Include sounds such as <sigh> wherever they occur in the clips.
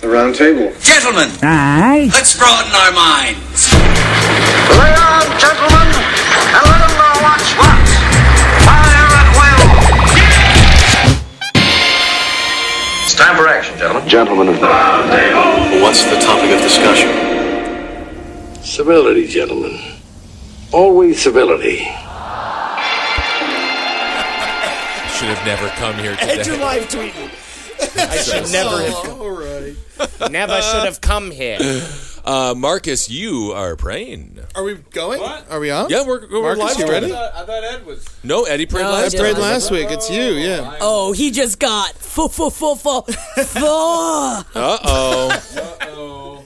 The round table. Gentlemen, Aye. let's broaden our minds. Lay on, gentlemen, and let 'em know what's what. Fire at will. It's time for action, gentlemen. Gentlemen of the. What's the topic of discussion? Civility, gentlemen. Always civility. Should have never come here Edge today. of live tweeting. I should never have come. All right. Never should have come here. Uh, Marcus, you are praying. Are we going? What? Are we on? Yeah, we're, we're Marcus, live. you already. ready? thought, I thought Ed was. No, Eddie prayed No, I last did. time. Prayed last week. It's you, yeah. Oh, he just got full, full, full, <laughs> full, full. Uh oh. Oh.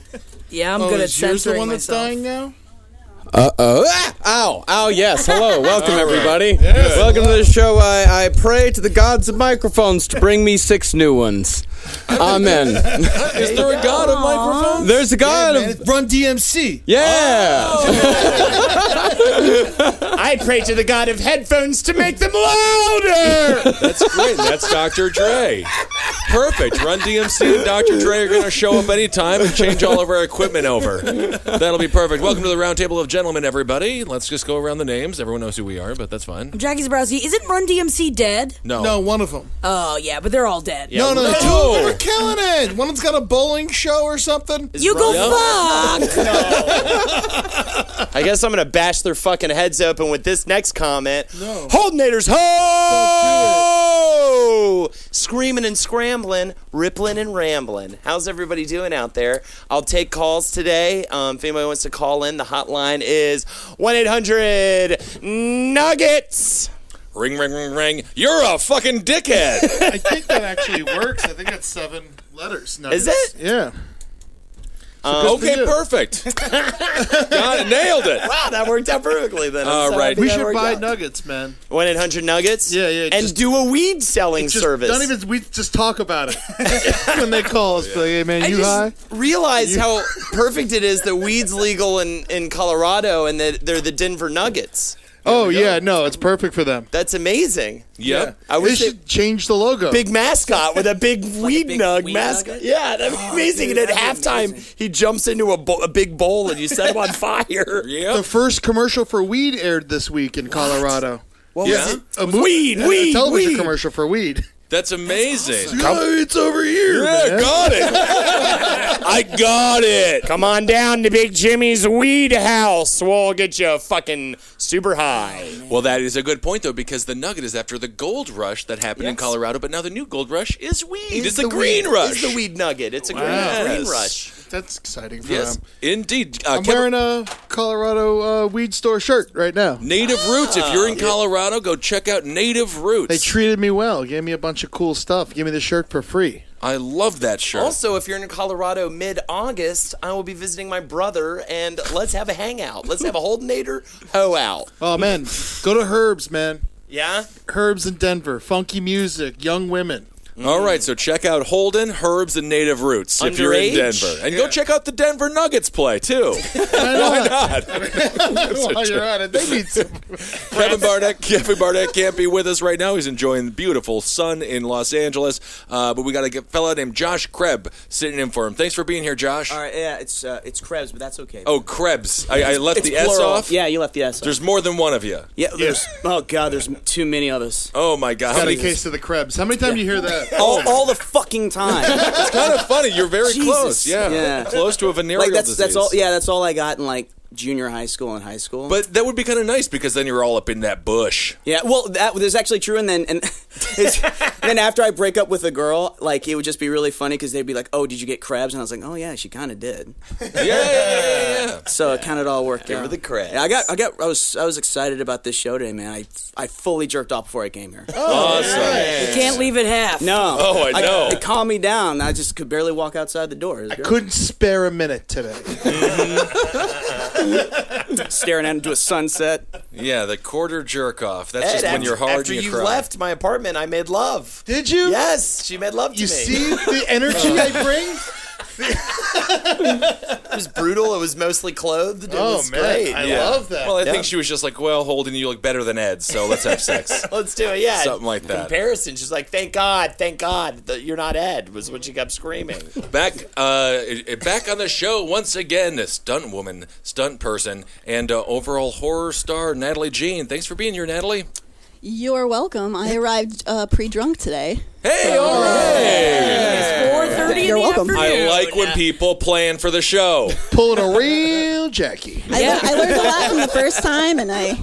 Yeah, I'm Oh, good at is yours the censoring one that's myself. dying now? Uh oh. Ow. Oh yes, hello, welcome All right. everybody. Yes. Welcome to the show. I, I pray to the gods of microphones to bring me six new ones. <laughs> Amen. Is there a god of microphones? There's a god Man, of it's Run DMC. yeah. I pray to the god of headphones to make them louder. That's great. That's Dr. Dre. Perfect. Run DMC and Dr. Dre are going to show up anytime and change all of our equipment over. That'll be perfect. Welcome to the Roundtable of Gentlemen, everybody. Let's just go around the names. Everyone knows who we are, but that's fine. Jackie Zabrowski, isn't Run DMC dead? No. No, one of them. Oh yeah, but they're all dead. no, no, no. two of them are killing it. One of them's got a bowling show or something. You go fuck. I guess I'm gonna bash their fucking heads open with this next comment. No. Holdenators ho! Screaming and scrambling, rippling and rambling. How's everybody doing out there? I'll take calls today. Um, if anybody wants to call in, the hotline is 1 800 Nuggets. Ring, ring, ring, ring. You're a fucking <laughs> dickhead. I think that actually works. I think that's seven letters. No, Is it's- it? Yeah. okay, you. <laughs> perfect. Got it. Nailed it. Wow, Ah, that worked out perfectly then. All I'm so right. happy We that should worked buy out. nuggets, man. 1 800 Nuggets? Yeah, yeah, And just- do a weed selling Just service. don't even. We just talk about it <laughs> when they call us. be Like, hey, man, I you just high? realize how perfect it is that weed's legal in, in Colorado and that they're the Denver Nuggets. Oh yeah, no, it's perfect for them. That's amazing. Yep. I They wish they, should change the logo. big mascot with a big weed big nug weed mascot. nugget? Oh, Yeah, that'd be amazing. dude, and at that'd be halftime, amazing. he jumps into a, bo- a big bowl and you set him on fire. the <laughs> Yep. first commercial for weed aired this week in Colorado. What Yeah. was it? A movie, Weed, a weed, television weed. commercial for weed. That's amazing. it's over here. Yeah, got it. <laughs> I got it. Come on down to Big Jimmy's Weed House. We'll get you fucking super high. Well, that is a good point though, because the nugget is after the gold rush that happened in Yes. Colorado, but now the new gold rush is weed. it's the a green weed, rush. It's the weed nugget. It's a green, Yes. green rush. That's exciting for Yes, them. indeed. Uh, I'm Kevin- wearing a Colorado uh, weed store shirt right now. Native Roots. If you're in Colorado, go check out Native Roots. They treated me well, gave me a bunch of cool stuff, gave me the shirt for free. I love that shirt. Also, if you're in Colorado mid August, I will be visiting my brother and let's have a hangout. Let's have a Holdenator ho out. Oh man, go to Herbs, man. Yeah? Herbs in Denver, funky music, young women. All right, so check out Holden, Herbs, and Native Roots if you're in Underage? Denver, and go check out the Denver Nuggets play too. Why not? While you're at it, they need some. Kevin Barnett. Kevin Barnett can't be with us right now. He's enjoying the beautiful sun in Los Angeles. Uh, but we got a g- fella named Josh Kreb sitting in for him. Thanks for being here, Josh. right, yeah, it's uh, it's Krebs, but that's okay. Oh, Krebs. I, I left the S plural. off. Yeah, you left the S There's more than one of you. Yeah, there's. Oh <laughs> god, there's too many of us. Oh my god. How Got a many- case of the Krebs. How many times do you hear that? Oh, All, all the fucking time. It's <laughs> kind of funny. You're very Jesus. close. Yeah. Yeah. Close to a venereal like that's disease. that's all. Yeah, that's all I got in like junior high school and high school. But that would be kind of nice because then you're all up in that bush. Yeah, well, that was actually true. And then and <laughs> it's, then after I break up with a girl, like it would just be really funny because they'd be like, "Oh, did you get crabs?" And I was like, "Oh yeah, she kind of did." Yeah, yeah, yeah, yeah, yeah. So it kind of all worked out. her the crabs. Yeah, I got, I got, I was, I was excited about this show today, man. I, I fully jerked off before I came here. Awesome. Can't leave it half. No. Oh, I know. it calmed me down. I just could barely walk outside the door. It was great. Couldn't spare a minute today. Staring out into a sunset. <laughs> Yeah, the quarter jerk off. That's Ed, just when after- you're hard after and you, you cry. left my apartment, I made love. Did you? Yes, she made love to You me. see the energy I bring? It was brutal. It was mostly clothed. It Oh was man, great. I Yeah. love that. Well, I Yeah. think she was just like, well, Holden, you look better than Ed, so let's have <laughs> sex. Let's do it. Yeah, Something like that. Comparison. She's like, "Thank God, thank God that you're not Ed," was what she kept screaming. back, uh, back on the show once again, a stunt woman, stunt person, and uh, overall horror star Natalie Jean. Thanks for being here, Natalie. You're welcome. I arrived uh, pre-drunk today. Hey, all right. Four thirty in You're the welcome. afternoon. I like when people plan for the show. Pulling a real Jackie. I, Yeah. I learned a lot from the <laughs> first time, and I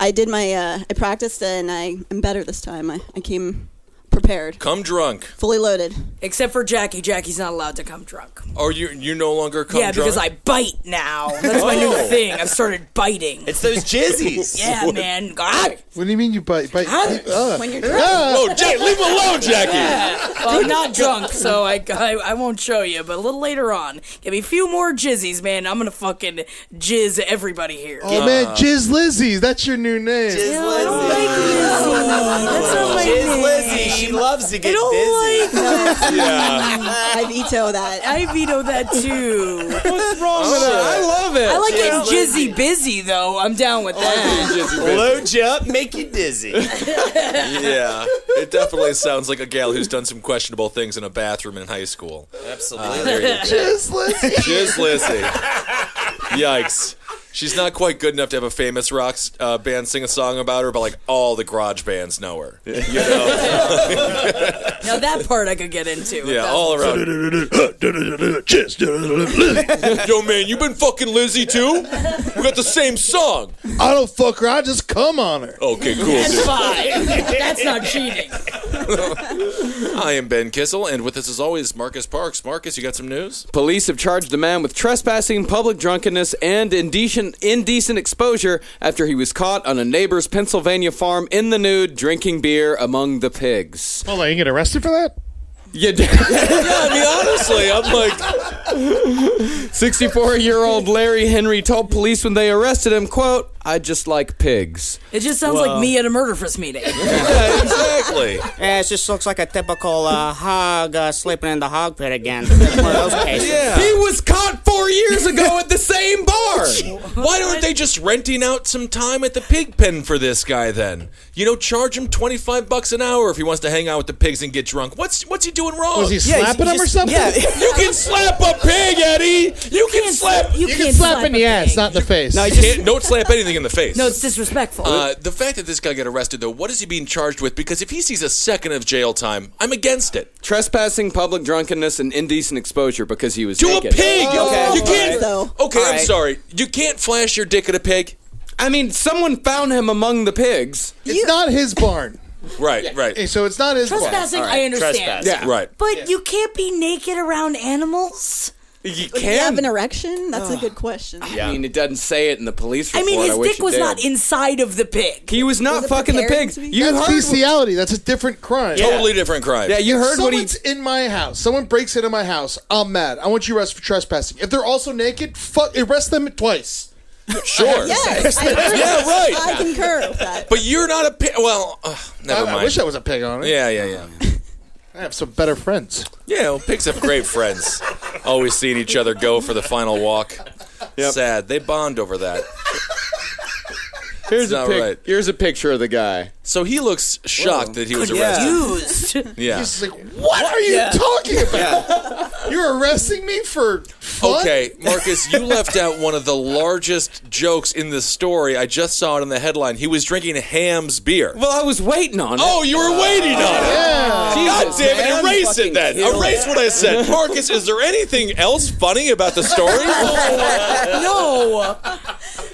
I did my uh, I practiced and I am better this time. I, I came prepared, Come drunk, fully loaded. Except for Jackie. Jackie's not allowed to come drunk. or you you no longer come yeah, drunk. because I bite now. That's my new Oh. thing. I've started biting. It's those <laughs> jizzies. yeah, man. Ah, God. What do you mean you bite? Bite? Huh? Uh, When you're drunk, Oh, Jay, leave him alone, Jackie. Well, I'm not drunk, so I, I, I won't show you, but a little later on, give me a few more jizzies, man. I'm gonna fucking jizz everybody here. oh man, Jizz Lizzy. That's your new name. Jizz I Lizzie. don't like Lizzie. That's not my Jizz name. Lizzie. She loves to I get don't busy. <laughs> like that. <laughs> I veto that. I veto that too. What's wrong with that? I love it. I like Jizz that jizzy busy though. I'm down with that. <laughs> Load you up, make you dizzy. yeah, it definitely sounds like a gal who's done some questionable things in a bathroom in high school. Absolutely. Jizz Lizzy. Jizz Lizzy. Yikes. She's not quite good enough to have a famous rock uh, band sing a song about her, but like all the garage bands know her. Now that part I could get into. Yeah, all around. <laughs> Jizz. Yo, man, you been fucking Lizzie too? We got the same song. I don't fuck her. I just come on her. Okay, cool, dude. Fine. That's not cheating. I am Ben Kissel, and with us as always, Marcus Parks. Marcus, you got some news? Police have charged a man with trespassing, public drunkenness, and indecent, indecent exposure after he was caught on a neighbor's Pennsylvania farm in the nude drinking beer among the pigs. <laughs> Hold on, you get arrested for that? You d- I mean, honestly, I'm like, 64-year-old Larry Henry told police when they arrested him, quote, I just like pigs. It just sounds like me at a murder fist meeting. yeah, exactly. Yeah, it just looks like a typical uh, hog uh, sleeping in the hog pit <laughs> again. One of those cases. He was caught four years ago at the same bar. Why aren't they just renting out some time at the pig pen for this guy then? You know, charge him twenty five bucks an hour if he wants to hang out with the pigs and get drunk. What's what's he doing wrong? Was he slapping you him or just- something? <laughs> yeah. you can slap a pig, Eddie. You can slap. You You can slap in the a ass, pig. not in the face. No, can't. Don't slap anything in the face. No, it's disrespectful. Uh, the fact that this guy got arrested, though, what is he being charged with? Because if he sees a second of jail time, I'm against it. Trespassing, public drunkenness, and indecent exposure because he was Do naked. a pig. Okay. You can't. Though. Okay, I'm right. sorry. You can't flash your dick at a pig. I mean, someone found him among the pigs. it's not his barn. Right. Right. Okay, So it's not his barn. trespassing, I understand. Trespass. Yeah. Right. But you can't be naked around animals. You Do you have an can. erection? That's a good question. I mean, it doesn't say it in the police I report. mean, his wish dick it was did. not inside of the pig. He was not Was it fucking the prepared pig. to be- You That's heard? bestiality. That's a different crime. Totally different crime. yeah, you heard what he. Someone's in my house. Someone breaks into my house. I'm mad. I want you arrested for trespassing. If they're also naked, fuck, arrest them twice. <laughs> Sure. Yes, I, Yeah, right. I concur with that. But you're not a pig. Well, uh, I, never I mind. wish I was a pig on it. yeah, yeah, yeah. I have some better friends. Yeah, well, pigs have great friends. Always seeing each other go for the final walk. Sad. They bond over that. Here's It's a not pic- right. Here's a picture of the guy. So he looks shocked that he was arrested. Used. Yeah. It's like, what are you talking about? You're arresting me for fun? Okay, Marcus, you left out one of the largest jokes in the story. I just saw it in the headline. He was drinking Ham's beer. Well, I was waiting on Oh, you were waiting on it. God Jesus, damn it. man. Erase it Fucking then. kill Erase what I said. Marcus, is there anything else funny about the <laughs> story? no.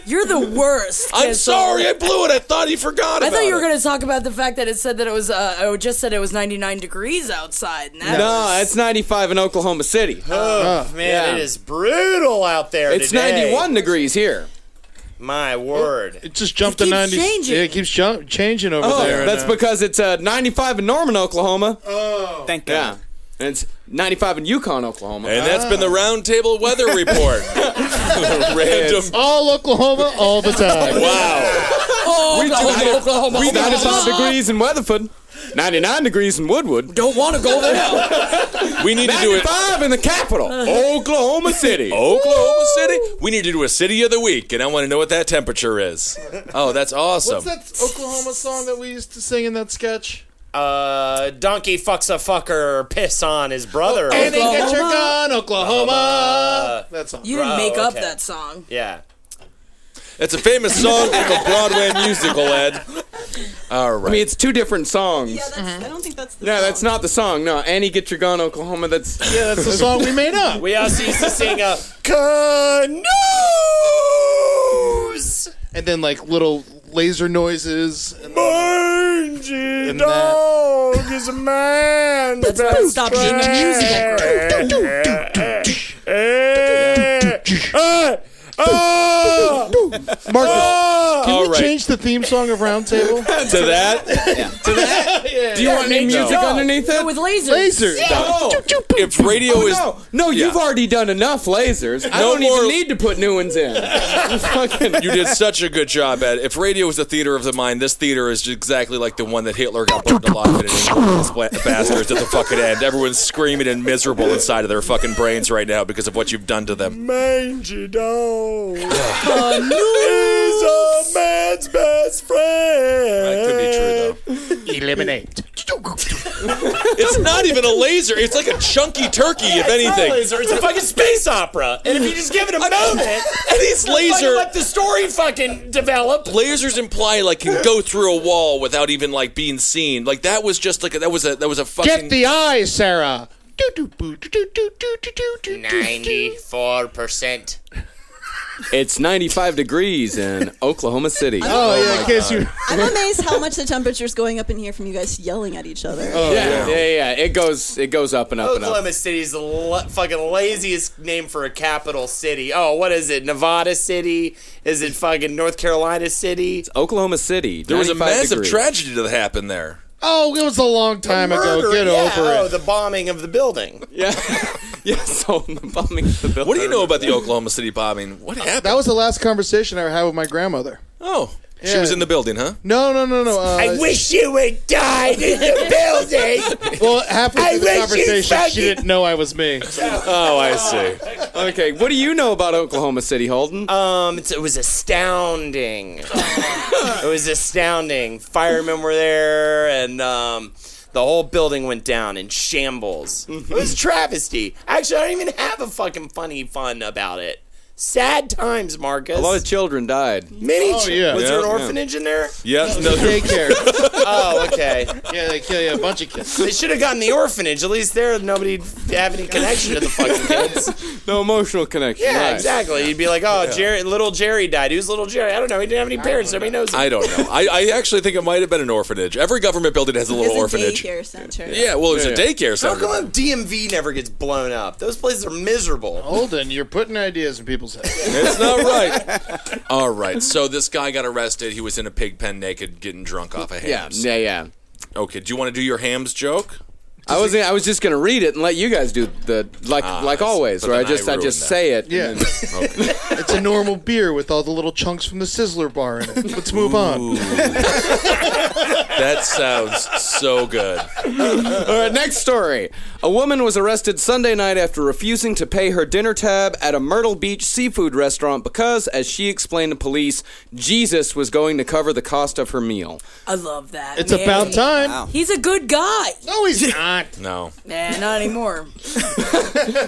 You're the worst. I'm Kissel. sorry. I blew it. I thought he forgot I about thought you were it. going to talk about the fact that it said that it was, uh, oh, it just said it was 99 degrees outside. And that No, it's 95 in Oklahoma City. Man, Yeah. it is brutal out there It's today. 91 degrees here. My word. It just jumped It to keeps 90. changing. Yeah, it keeps jump, changing over Oh, there. that's and, uh, because it's uh, 95 in Norman, Oklahoma. Oh. Thank God. Yeah. And it's 95 in Yukon, Oklahoma. And that's been the roundtable weather report. Random. all Oklahoma all <laughs> the time. Wow. Oh, we do Oklahoma, we Oklahoma. 95 degrees in Weatherford. 99 degrees in Woodwood. Don't want to go there. we need to do it. 95 in the capital, Oklahoma City. Oklahoma City. We need to do a city of the week, and I want to know what that temperature is. Oh, that's awesome. What's that Oklahoma song that we used to sing in that sketch? Uh, donkey fucks a fucker, piss on his brother. Andy, get your gun, Oklahoma. That song. You didn't make up Uh, oh, okay. that song. Yeah. It's a famous song from a Broadway musical, Ed. All right. I mean, it's two different songs. that's, Uh-huh. I don't think that's the No, that's not the song. No, Annie, get your gun, Oklahoma. That's Yeah, that's the song we made up. We also <laughs> used to sing a canoes. And then like little laser noises. And Mangy And dog is a man's That's when I stopped being a music. Marcus, can All we right. change the theme song of Roundtable? to <laughs> that, to that. Do you want any music underneath it? With lasers. Laser. No. Oh, If radio is No, no, you've already done enough lasers. I No don't more- even need to put new ones in. Fucking- <laughs> You did such a good job, Ed. If radio is a theater of the mind, this theater is exactly like the one that Hitler got burned alive in. and spla- Bastards at the fucking end. Everyone's screaming and miserable inside of their fucking brains right now because of what you've done to them. Mangy dog is a man's best That could be friend. true, though. Eliminate. it's not even a laser. It's like a chunky turkey, if anything. It's a fucking space opera, and if you just give it a <laughs> And moment, these fucking laser let the story fucking develop. lasers imply like can go through a wall without even like being seen. Like that was just like a, that was a that was a fucking <laughs> Get the eye, Sarah. 94%. it's 95 degrees in Oklahoma City. Oh, yeah, in case you. I'm amazed how much the temperature's going up in here from you guys yelling at each other. yeah, yeah, yeah. It goes, it goes up and up and up. Oklahoma City is the la- fucking laziest name for a capital city. Oh, what is it? Nevada City? Is it fucking North Carolina City? Oklahoma City. there was a 95 massive degrees. <laughs> tragedy that happened there. Oh, it was a long time ago. Murder, Get yeah. over Oh, it. the bombing of the building. Yeah, yeah. So the bombing of the <laughs> building. What do you know about the Oklahoma City bombing? What happened? That was the last conversation I had with my grandmother. oh, she Yeah. was in the building, huh? No, no, no, no. Uh, I wish you had died in <laughs> the building. well, halfway I through the wish you conversation, she fucking- didn't know I was <laughs> me. Oh, I see. Okay, what do you know about Oklahoma City, Holden? Um, it's, it was astounding. it was astounding. Firemen were there, and um, the whole building went down in shambles. It was a travesty. Actually, I don't even have a fucking funny fun about it. Sad times, Marcus. a lot of Oh, children died. Many. chi- yeah. Was there an Yeah, yeah. orphanage in there? Yeah, no, Daycare. Oh, okay. yeah, they kill you a bunch of kids. they should have gotten the orphanage. At least there, nobody'd have any connection to the fucking kids. <laughs> No emotional connection. Yeah, right. exactly. You'd be like, oh, Jerry, little Jerry died. Who's little Jerry? I don't know. He didn't have any parents. Nobody knows. him. I don't know. I, I actually think it might have been an orphanage. Every government building has a It's little a orphanage. daycare center. Yeah, well, there's Yeah, a daycare How center. come DMV never gets blown up? Those places are miserable. Holden, you're putting ideas in people's heads. It's not right. <laughs> All right. So this guy got arrested. He was in a pig pen naked, getting drunk off of Yeah, hams. yeah, yeah. Okay. Do you want to do your hams joke? I was I was just gonna read it and let you guys do the like Ah, like I see. always, But where I then I just I, ruined just that. say it. Yeah, Okay. it's a normal beer with all the little chunks from the Sizzler bar in it. Let's move on. that sounds so good. All right, next story. A woman was arrested Sunday night after refusing to pay her dinner tab at a Myrtle Beach seafood restaurant because, as she explained to police, Jesus was going to cover the cost of her meal. I love that. It's man. about time. He's a good guy. No, he's <laughs> not. No. Nah, not <laughs> anymore.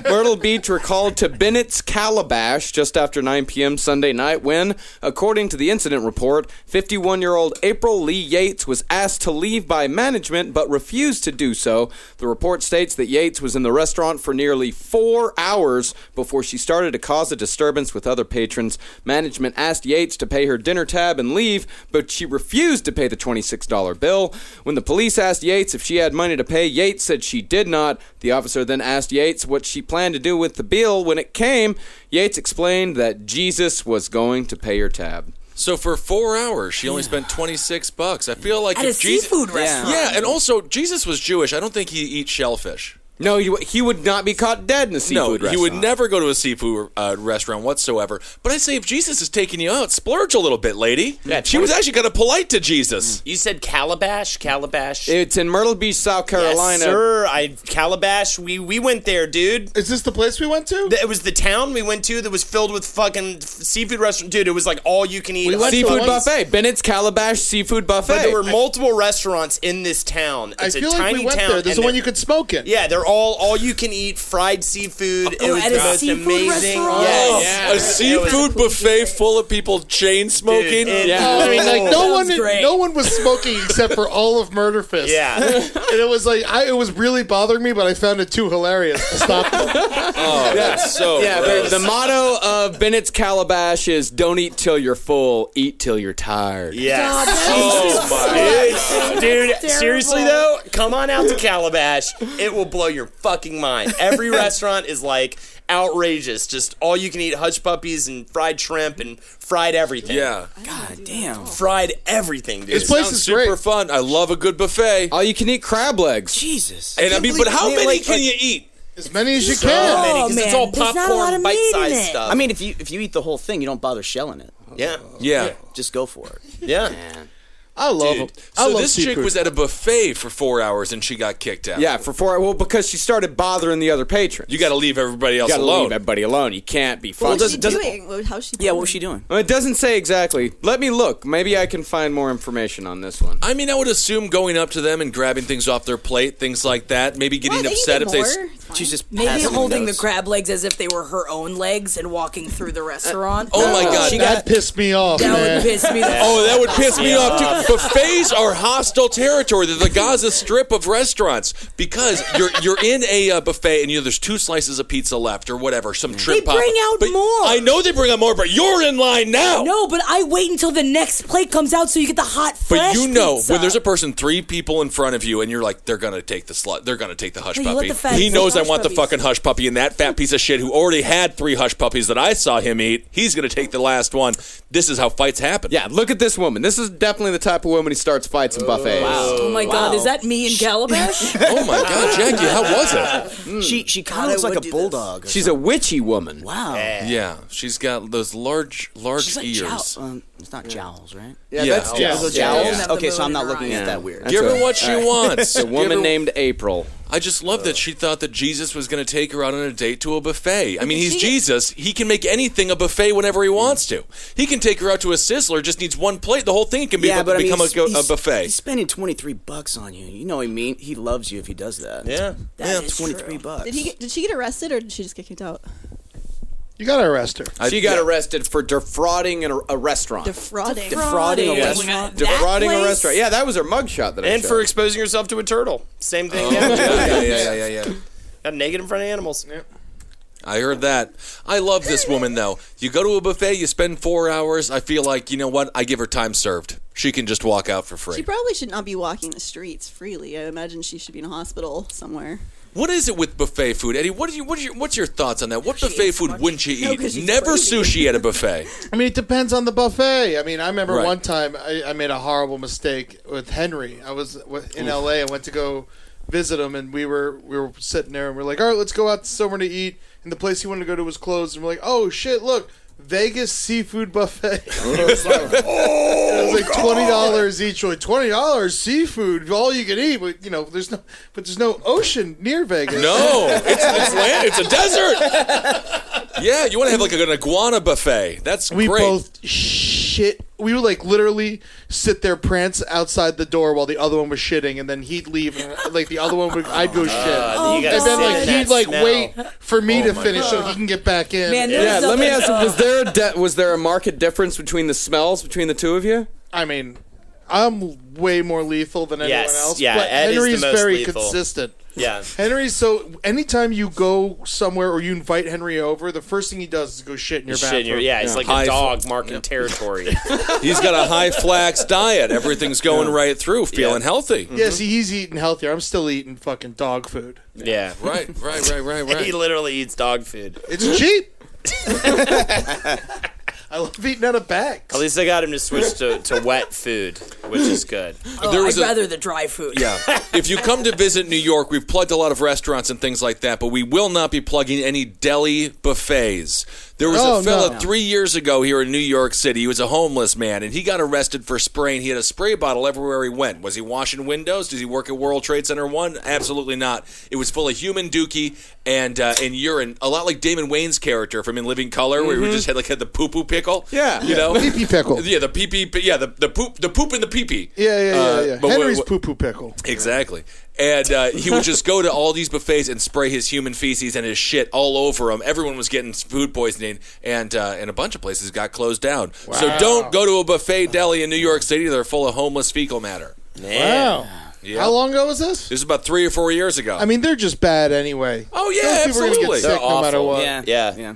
Myrtle Beach recalled to Bennett's Calabash just after 9 p.m. Sunday night when, according to the incident report, 51 year old April Lee Yates was asked to leave by management but refused to do so. The report states that Yates was in the restaurant for nearly four hours before she started to cause a disturbance with other patrons. Management asked Yates to pay her dinner tab and leave, but she refused to pay the $26 bill. When the police asked Yates if she had money to pay, Yates said she did not. The officer then asked Yates what she planned to do with the bill when it came. Yates explained that Jesus was going to pay her tab. So for four hours, she only spent twenty six bucks. I feel like At a if Jesus, seafood restaurant. yeah, and also Jesus was Jewish. I don't think he eat shellfish. No, he, he would not be caught dead in a seafood no, restaurant. you would never go to a seafood uh, restaurant whatsoever. But I say, if Jesus is taking you out, splurge a little bit, lady. Yeah, she was actually kind of polite to Jesus. You said Calabash, Calabash. It's in Myrtle Beach, South Carolina. Yes, sir. I Calabash. We we went there, dude. Is this the place we went to? Th- It was the town we went to that was filled with fucking f- seafood restaurant, dude. It was like all you can eat. We went to Seafood That's the one- buffet. Bennett's Calabash Seafood Buffet. But there were multiple restaurants in this town. I It's feel a like tiny we went town. there. There's and the one they- you could smoke in. Yeah, they're all all you can eat fried seafood. it Oh, was at the a most seafood amazing. restaurant? Oh, Yes. a seafood buffet full of people chain smoking. Dude, it- Yeah. I mean, like no one, Sounds great. no one was smoking except for all of Murder Fist. Yeah. and it was like I, it was really bothering me, but I found it too hilarious <laughs> to stop. them. Oh, that's so Yeah, gross. but the motto of Bennett's Calabash is "Don't eat till you're full, eat till you're tired." Yes. Oh my! Dude, dude Terrible. seriously though, come on out to Calabash. It will blow your fucking mind. Every restaurant is like outrageous. Just all you can eat hush puppies and fried shrimp and fried everything. Yeah, Damn. Fried everything, dude. This place Sounds is super great. fun. I love a good buffet. All you can eat crab legs. Jesus. and I mean, but how they, many like, can like- you eat? As many as you so can. many Oh, because it's man. all There's not a lot popcorn, of meat in bite-sized it. stuff. I mean, if you if you eat the whole thing, you don't bother shelling it. Oh. yeah, Yeah. Just go for it. yeah. I love Dude. them. I So love this seafood. chick was at a buffet for four hours and she got kicked out. Yeah, for four. Well, because she started bothering the other patrons. you got to leave everybody else gotta alone. leave everybody alone. You can't be What fucking. was she doing? What- How's she? Yeah, what was she doing? Well, it doesn't say exactly. Let me look. Maybe I can find more information on this one. I mean, I would assume going up to them and grabbing things off their plate, things like that, maybe getting upset if they. s- She's just Maybe passing holding the notes. crab legs as if they were her own legs and walking through the restaurant. Oh my god! that that- pissed me off, That man. would piss me the <laughs> Oh, that would piss me off too. Buffets are hostile territory. They're the Gaza Strip of restaurants because you're you're in a uh, buffet and you know there's two slices of pizza left or whatever, some trip. They bring out more. I know they bring out more, but you're in line now. No, but I wait until the next plate comes out so you get the hot But fresh you know pizza. when there's a person three people in front of you and you're like they're gonna take the slut they're gonna take the hush No, you let puppy. the fat he take knows the I hush want the puppies. fucking hush puppy and that fat piece of shit who already had three hush puppies that I saw him eat. He's gonna take the last one. This is how fights happen. Yeah, look at this woman. This is definitely the type of woman who starts fights in buffets. Oh my god, is that me in <laughs> Calabash? Oh my god, Jackie, how was it? She Hmm. she kind I of looks like would a do this. bulldog. or She's a witchy woman. something. wow. Yeah, she's got those large, large She's like ears. jowls. Um, it's not jowls, right? Yeah, that's that's Yeah. just- Yeah. Jowls? Yeah. Okay, so I'm not Yeah. looking at that weird. That's Give her a- what she <laughs> wants. A Give woman her- named April. I just love that she thought that Jesus was going to take her out on a date to a buffet. I mean, he's she- Jesus. He can make anything a buffet whenever he wants to. He can take her out to a Sizzler. Just needs one plate. The whole thing can be yeah, but I mean, become a he's- go- a, he's- buffet. He's spending 23 bucks on you. You know what I mean? He loves you if he does that. Yeah. That is 23 true. bucks. Did he? Get, did she get arrested or did she just get kicked out? You gotta arrest her. I- She got yeah. arrested for defrauding a, a restaurant. Defrauding. Defrauding a Defrauding. restaurant. That defrauding a place- restaurant. Yeah, that was her mugshot that I And showed. for exposing yourself to a turtle, same thing. yeah, <laughs> yeah, yeah, yeah, yeah, yeah, yeah. <laughs> Oh. Got naked in front of animals. I heard that. I love this woman though. You go to a buffet, you spend four hours. I feel like you know what? I give her time served. She can just walk out for free. She probably should not be walking the streets freely. I imagine she should be in a hospital somewhere. What is it with buffet food, Eddie? What do you? What are your, what's your thoughts on that? What buffet food wouldn't you eat? 'cause she's Never crazy. sushi at a buffet. I mean, it depends on the buffet. I mean, I remember Right. one time I, I made a horrible mistake with Henry. I was w- in L.A. I went to go visit him, and we were we were sitting there, and we are like, "All right, let's go out somewhere to eat." And the place he wanted to go to was closed, and we're like, "Oh shit, look." Vegas seafood buffet. <laughs> it was like, <laughs> Oh, it was like twenty dollars each. We're Like twenty dollars seafood, all you can eat. But you know, there's no, but there's no ocean near Vegas. No, it's, it's land. It's a desert. Yeah, you want to have like an iguana buffet. That's We great. both shit. We would like literally sit there, prance outside the door while the other one was shitting, and then he'd leave. And, uh, like the other one would, I'd go you shit, gotta and then sit like in that he'd like smell. Oh wait for me to finish so he can get back in. Man, Yeah. there's yeah, let me ask. nothing- you, Was there a de- was there a marked difference between the smells between the two of you? I mean, I'm way more lethal than anyone Yes, else. yeah, but Ed is the Henry's most very lethal. consistent. Yeah. Henry's so anytime you go somewhere or you invite Henry over, the first thing he does is go shit in your Shit, bathroom. you're- yeah, it's like High a dog marking <laughs> territory. He's got a high flax diet. Everything's going right through. Feeling healthy. Yeah, see, he's eating healthier. I'm still eating fucking dog food. yeah. Right, right, right, right, <laughs> He right. literally eats dog food. It's cheap. <laughs> I love eating out of bags. At least I got him to switch to, to wet food. which is <laughs> good. Oh, There was I'd a- rather the dry food. Yeah. if you come to visit New York, we've plugged a lot of restaurants and things like that, but we will not be plugging any deli buffets. There was Oh, a fella no. three years ago here in New York City. He was a homeless man, and he got arrested for spraying. He had a spray bottle everywhere he went. Was he washing windows? Does he work at World Trade Center One? Absolutely not. It was full of human dookie and uh, and urine, a lot like Damon Wayne's character from In Living Color, where he just had like had the poo poo pickle. Yeah. you know, Mm-hmm. Pee-pee pickle. Yeah, the pee pee. Yeah, the, the poop, the poop and the pee pee. Yeah, yeah, yeah. yeah. uh, but what- Henry's what- poo poo pickle. Exactly. And uh, he would just go to all these buffets and spray his human feces and his shit all over them. Everyone was getting food poisoning, and uh, and a bunch of places got closed down. So don't go to a buffet deli in New York City; they're full of homeless fecal matter. Man. Wow. How long ago was this? This is about three or four years ago. I mean, they're just bad anyway. oh yeah, Those people are gonna absolutely. get sick no matter awful. what. yeah, Yeah. yeah.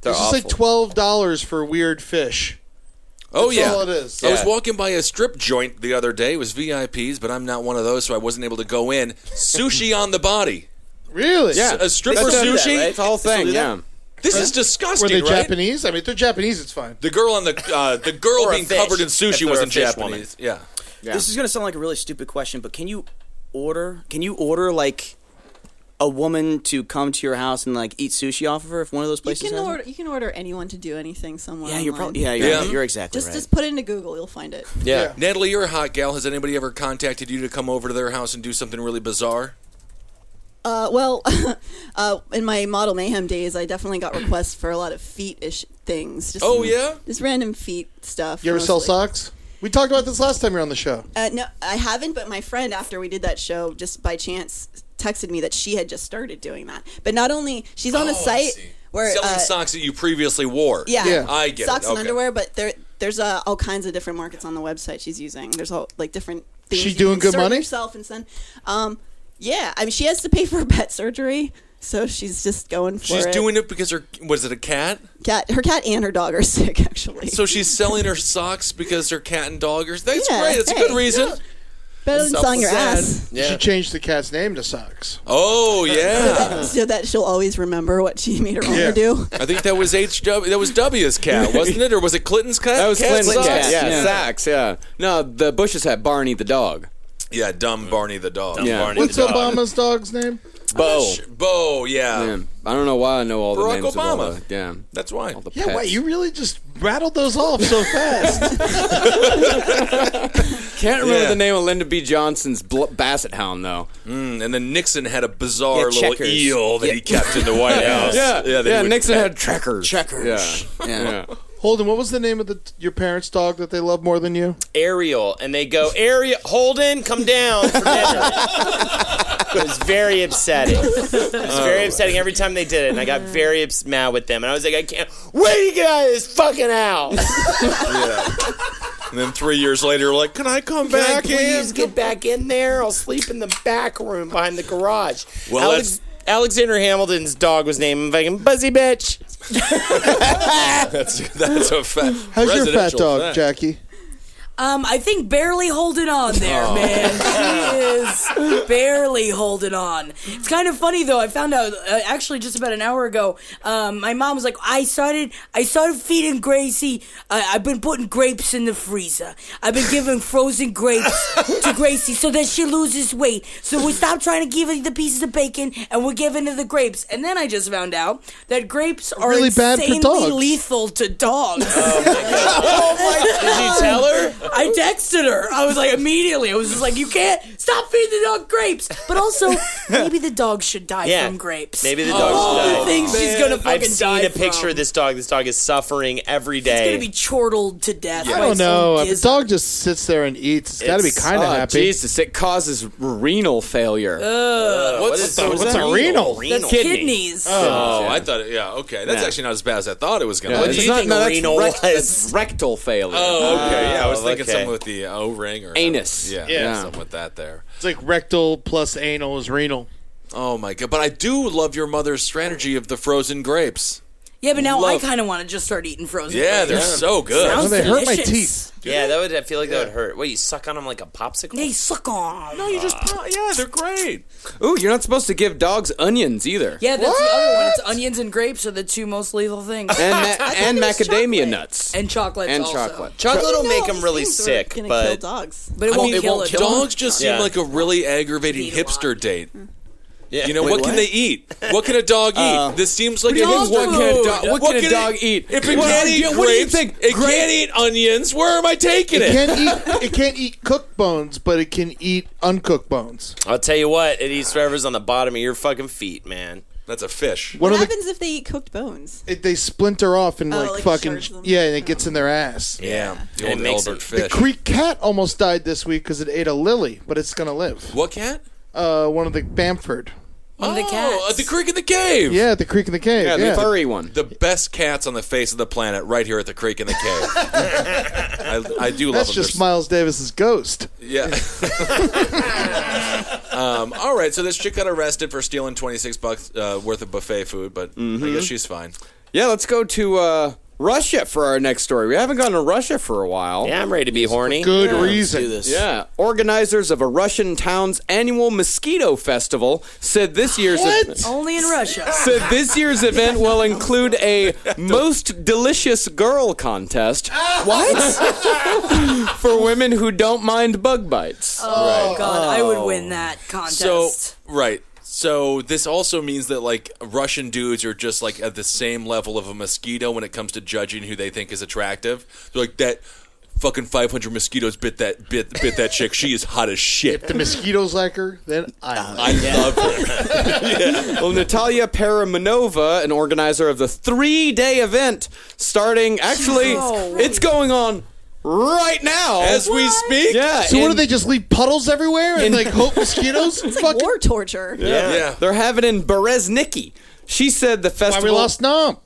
They're it's just like awful. twelve dollars for weird fish. Oh That's yeah, all it is. I was Yeah. walking by a strip joint the other day. It was VIPs, but I'm not one of those, so I wasn't able to go in. Sushi on the body. Really? Yeah. A stripper That's- sushi. It's the whole thing. Yeah. This is Were disgusting. they right? Japanese? I mean, if they're Japanese, it's fine. The girl on the uh, the girl Or a being fish, covered in if sushi they're a wasn't fish Japanese. woman. Yeah. This is gonna sound like a really stupid question, but can you order? Can you order like a woman to come to your house and like eat sushi off of her if one of those You places? can has it? order. You can order anyone to do anything somewhere. Yeah, you're online. probably. Yeah, you're, Yeah. you're exactly Just right. just put it into Google, you'll find it. Yeah. Natalie, you're a hot gal. Has anybody ever contacted you to come over to their house and do something really bizarre? Uh, well, <laughs> uh, in my model mayhem days, I definitely got requests for a lot of feet ish things. Just, Oh, yeah? just random feet stuff. You ever sell mostly. socks? We talked about this last time you were on the show. Uh, no, I haven't. But my friend, after we did that show, just by chance texted me that she had just started doing that. But not only she's on Oh, I a site see. where Selling uh, socks that you previously wore. yeah, Yeah. I get it, socks and okay. underwear. But there, there's uh, all kinds of different markets on the website she's using. There's all like different. things She you doing can good serve money? Herself and send. Um, yeah, I mean she has to pay for <laughs> her pet surgery, so she's just going for She's it. doing it because her was it a cat? cat her cat and her dog are <laughs> sick actually So she's selling her socks because her cat and dog are. That's Yeah, great. That's a hey. good reason. better than selling your ass You should change the cat's name to socks. <laughs> Oh yeah. so that she'll always remember what she made her owner do I think that was H W. That was W's cat, wasn't it, or was it Clinton's cat? That was Cat Clinton's socks? cat. Yeah. Yeah. Sacks. Yeah. No, the Bushes had Barney the dog. Yeah, dumb Barney the dog. Yeah. Barney What's uh, the dog. Obama's dog's name? Bo. Bo. Yeah. Yeah. I don't know why I know Barack all the names. Of all Obama. the, yeah. That's why. The Yeah, pets. wait, you really just rattled those off so fast. can't remember Yeah. the name of Linda B. Johnson's bl- basset hound though. Mm, and then Nixon had a bizarre Yeah, little checkers. eel that he kept in the White House. yeah. that he would Nixon pet. had checkers. Checkers. Yeah. <laughs> Yeah. yeah. <laughs> Holden, what was the name of the, your parents' dog that they love more than you? Ariel, and they go, Ariel, Holden, come down <laughs> for dinner. it was very upsetting. It was Oh. very upsetting every time they did it, and I got very ups- mad with them. And I was like, I can't wait to get out of this fucking house. And then three years later, we're like, can I come Can I back in? please get back in there? I'll <laughs> sleep in the back room behind the garage. Well, Alex- Alexander Hamilton's dog was named fucking Buzzy Bitch. That's, <laughs> that's a fact. How's your fat dog, Jackie? Um, I think barely holding on there, Oh. man. She <laughs> is barely holding on. It's kind of funny though. I found out uh, actually just about an hour ago. Um, my mom was like, "I started, I started feeding Gracie. I, I've been putting grapes in the freezer. I've been giving frozen grapes <laughs> to Gracie so that she loses weight. So we stop trying to give her the pieces of bacon and we're giving her the grapes. And then I just found out that grapes are Really bad for insanely dogs. lethal to dogs. Oh <laughs> Did you tell her? I texted her. I was like immediately. I was just like, you can't stop feeding the dog grapes. But also, maybe the dog should die Yeah. from grapes. Maybe the Of dog should all die. The things she's gonna fucking I've seen die a picture from. of this dog. This dog is suffering every It's day. gonna be chortled to death. I by don't some know. If gizzard. the dog just sits there and eats, it's got to be It's- kind of Oh, happy. Jesus, it causes renal failure. Uh, What's, the, what's a renal? That's Kidney. kidneys. Oh, I thought, it, yeah, okay. That's Yeah. actually not as bad as I thought it was going Yeah, to it's be. not- think no, that's renal was? rect- that's rectal failure. Oh, <laughs> okay. Yeah, I was Oh, thinking okay. something with the O ring or Anus. Yeah, Yeah. yeah, something with that there. It's like rectal plus anal is renal. Oh my god! But I do love your mother's strategy of the frozen grapes. yeah, but now love- I kind of want to just start eating frozen. Yeah, they're grapes. so good. Sounds Oh, they hurt my delicious. teeth. Yeah, that would. I feel like that would hurt. What you suck on them like a popsicle? They suck on. You just, yeah, they're great. Ooh, you're not supposed to give dogs onions either. yeah, that's the other one. It's onions and grapes are the two most lethal things. <laughs> And ma- I and thought it was macadamia chocolate. nuts. and chocolate And also. chocolate. Chocolate will No, make them really these things are sick, gonna but kill dogs. But it won't I mean, kill a dog. Dogs just Yeah. seem like a really aggravating hipster date. Yeah. You know, Mm. Wait, what, what? Uh, can they eat? What can a dog eat? this seems like what do you a think- what hipster can a food. dog- what can a it- dog eat? If it What can't do eat you- grapes, what do you think? it Grape- can't eat onions, where am I taking It it? can't eat. It can't eat cooked bones, but it can eat uncooked bones. I'll tell you what, it eats whatever's on the bottom of your fucking feet, man. That's a fish. What What are the- happens if they eat cooked bones? It, they splinter off and Oh, like, like fucking shards them? yeah, and it gets in their ass. Yeah, the It old makes Albert it- The fish. creek cat almost died this week because it ate a lily, but it's gonna live. what cat? Uh, one of the Bamford. One of the Oh, cats. the creek in the cave. Yeah, the creek in the cave. Yeah, Yeah, the furry one. The best cats on the face of the planet, right here at the creek in the <laughs> cave. I, I do love that's them. just They're Miles Davis's ghost. Yeah. <laughs> um, all right, so this chick got arrested for stealing 26 bucks uh, worth of buffet food, but I guess she's fine. Yeah, let's go to uh, Russia for our next story. We haven't gone to Russia for a while. Yeah, I'm ready to be horny. Good reason. Yeah, organizers of a Russian town's annual mosquito festival said this year's e- Only in Russia. said this year's event will include a most delicious girl contest. <laughs> What? <laughs> For women who don't mind bug bites. <laughs> Oh god, I would win that contest. So, right. So this also means that like Russian dudes are just like at the same level of a mosquito when it comes to judging who they think is attractive. They're like that fucking 500 mosquitoes bit that bit bit that chick. She is hot as shit. <laughs> The mosquitoes like her, then I. like I love her. Well, Natalia Paramanova, an organizer of the three-day event, starting actually, Oh. it's going on right now as we speak. Yeah. So what do in- they just leave puddles everywhere and like hope mosquitoes? It's like Fucking- war torture. Yeah. They're having in Bereznicki. She said the <laughs> Why festival. we lost Nom?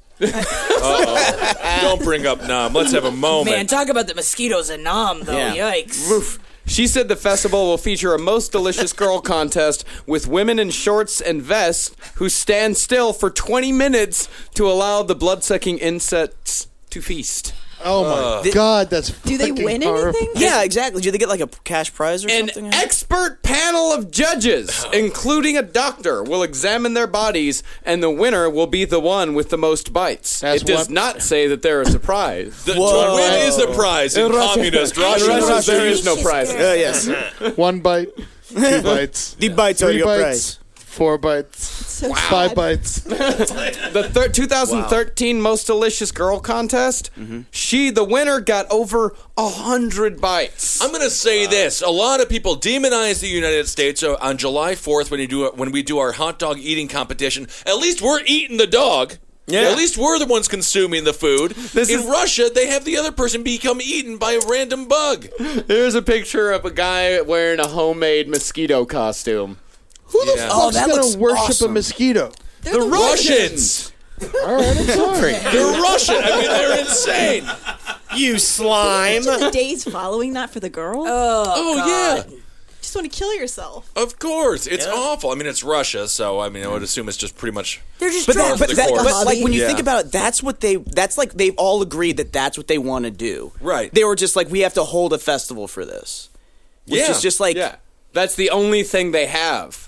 Don't bring up Nam. Let's have a moment. Man, talk about the mosquitoes in Nam though. Yeah. Yikes. She said the festival will feature a most delicious girl contest with women in shorts and vests who stand still for 20 minutes to allow the bloodsucking insects to feast. Oh my god, that's Do they win anything? Yeah, exactly. Do they get like a cash prize or An something? expert panel of judges, including a doctor, will examine their bodies, and the winner will be the one with the most bites. That's it does what- not say that they're a surprise. The, to win is the prize in, In Russia- communist in Russia. Russia, there is no prize. Oh, <laughs> yes. <laughs> One bite, two bites, The bites are three your bites, prize. four bites, So five sad. bites. The thir- 2013 Most Delicious Girl contest. She, the winner, got over a hundred bites. I'm gonna say this: a lot of people demonize the United States So on July 4th when you do uh, when we do our hot dog eating competition. At least we're eating the dog. Yeah. At least we're the ones consuming the food. This In is- Russia, they have the other person become eaten by a random bug. Here's a picture of a guy wearing a homemade mosquito costume. Who the Yeah. fuck's that gonna looks worship awesome. a mosquito? They're The the worst. Russians. All right, I'm sorry. They're Russian. I mean, they're insane. You slime. Just the days following that for the girl. Oh yeah, just want to kill yourself. of course. It's awful. I mean, it's Russia, so I mean, I would assume it's just pretty much. They're just But, trapped. that, but, the that, course. but like when you Yeah. think about it, that's what they. That's like they've all agreed that that's what they want to do. Right. They were just like, we have to hold a festival for this, which Yeah. is just like <laughs> Yeah, that's the only thing they have.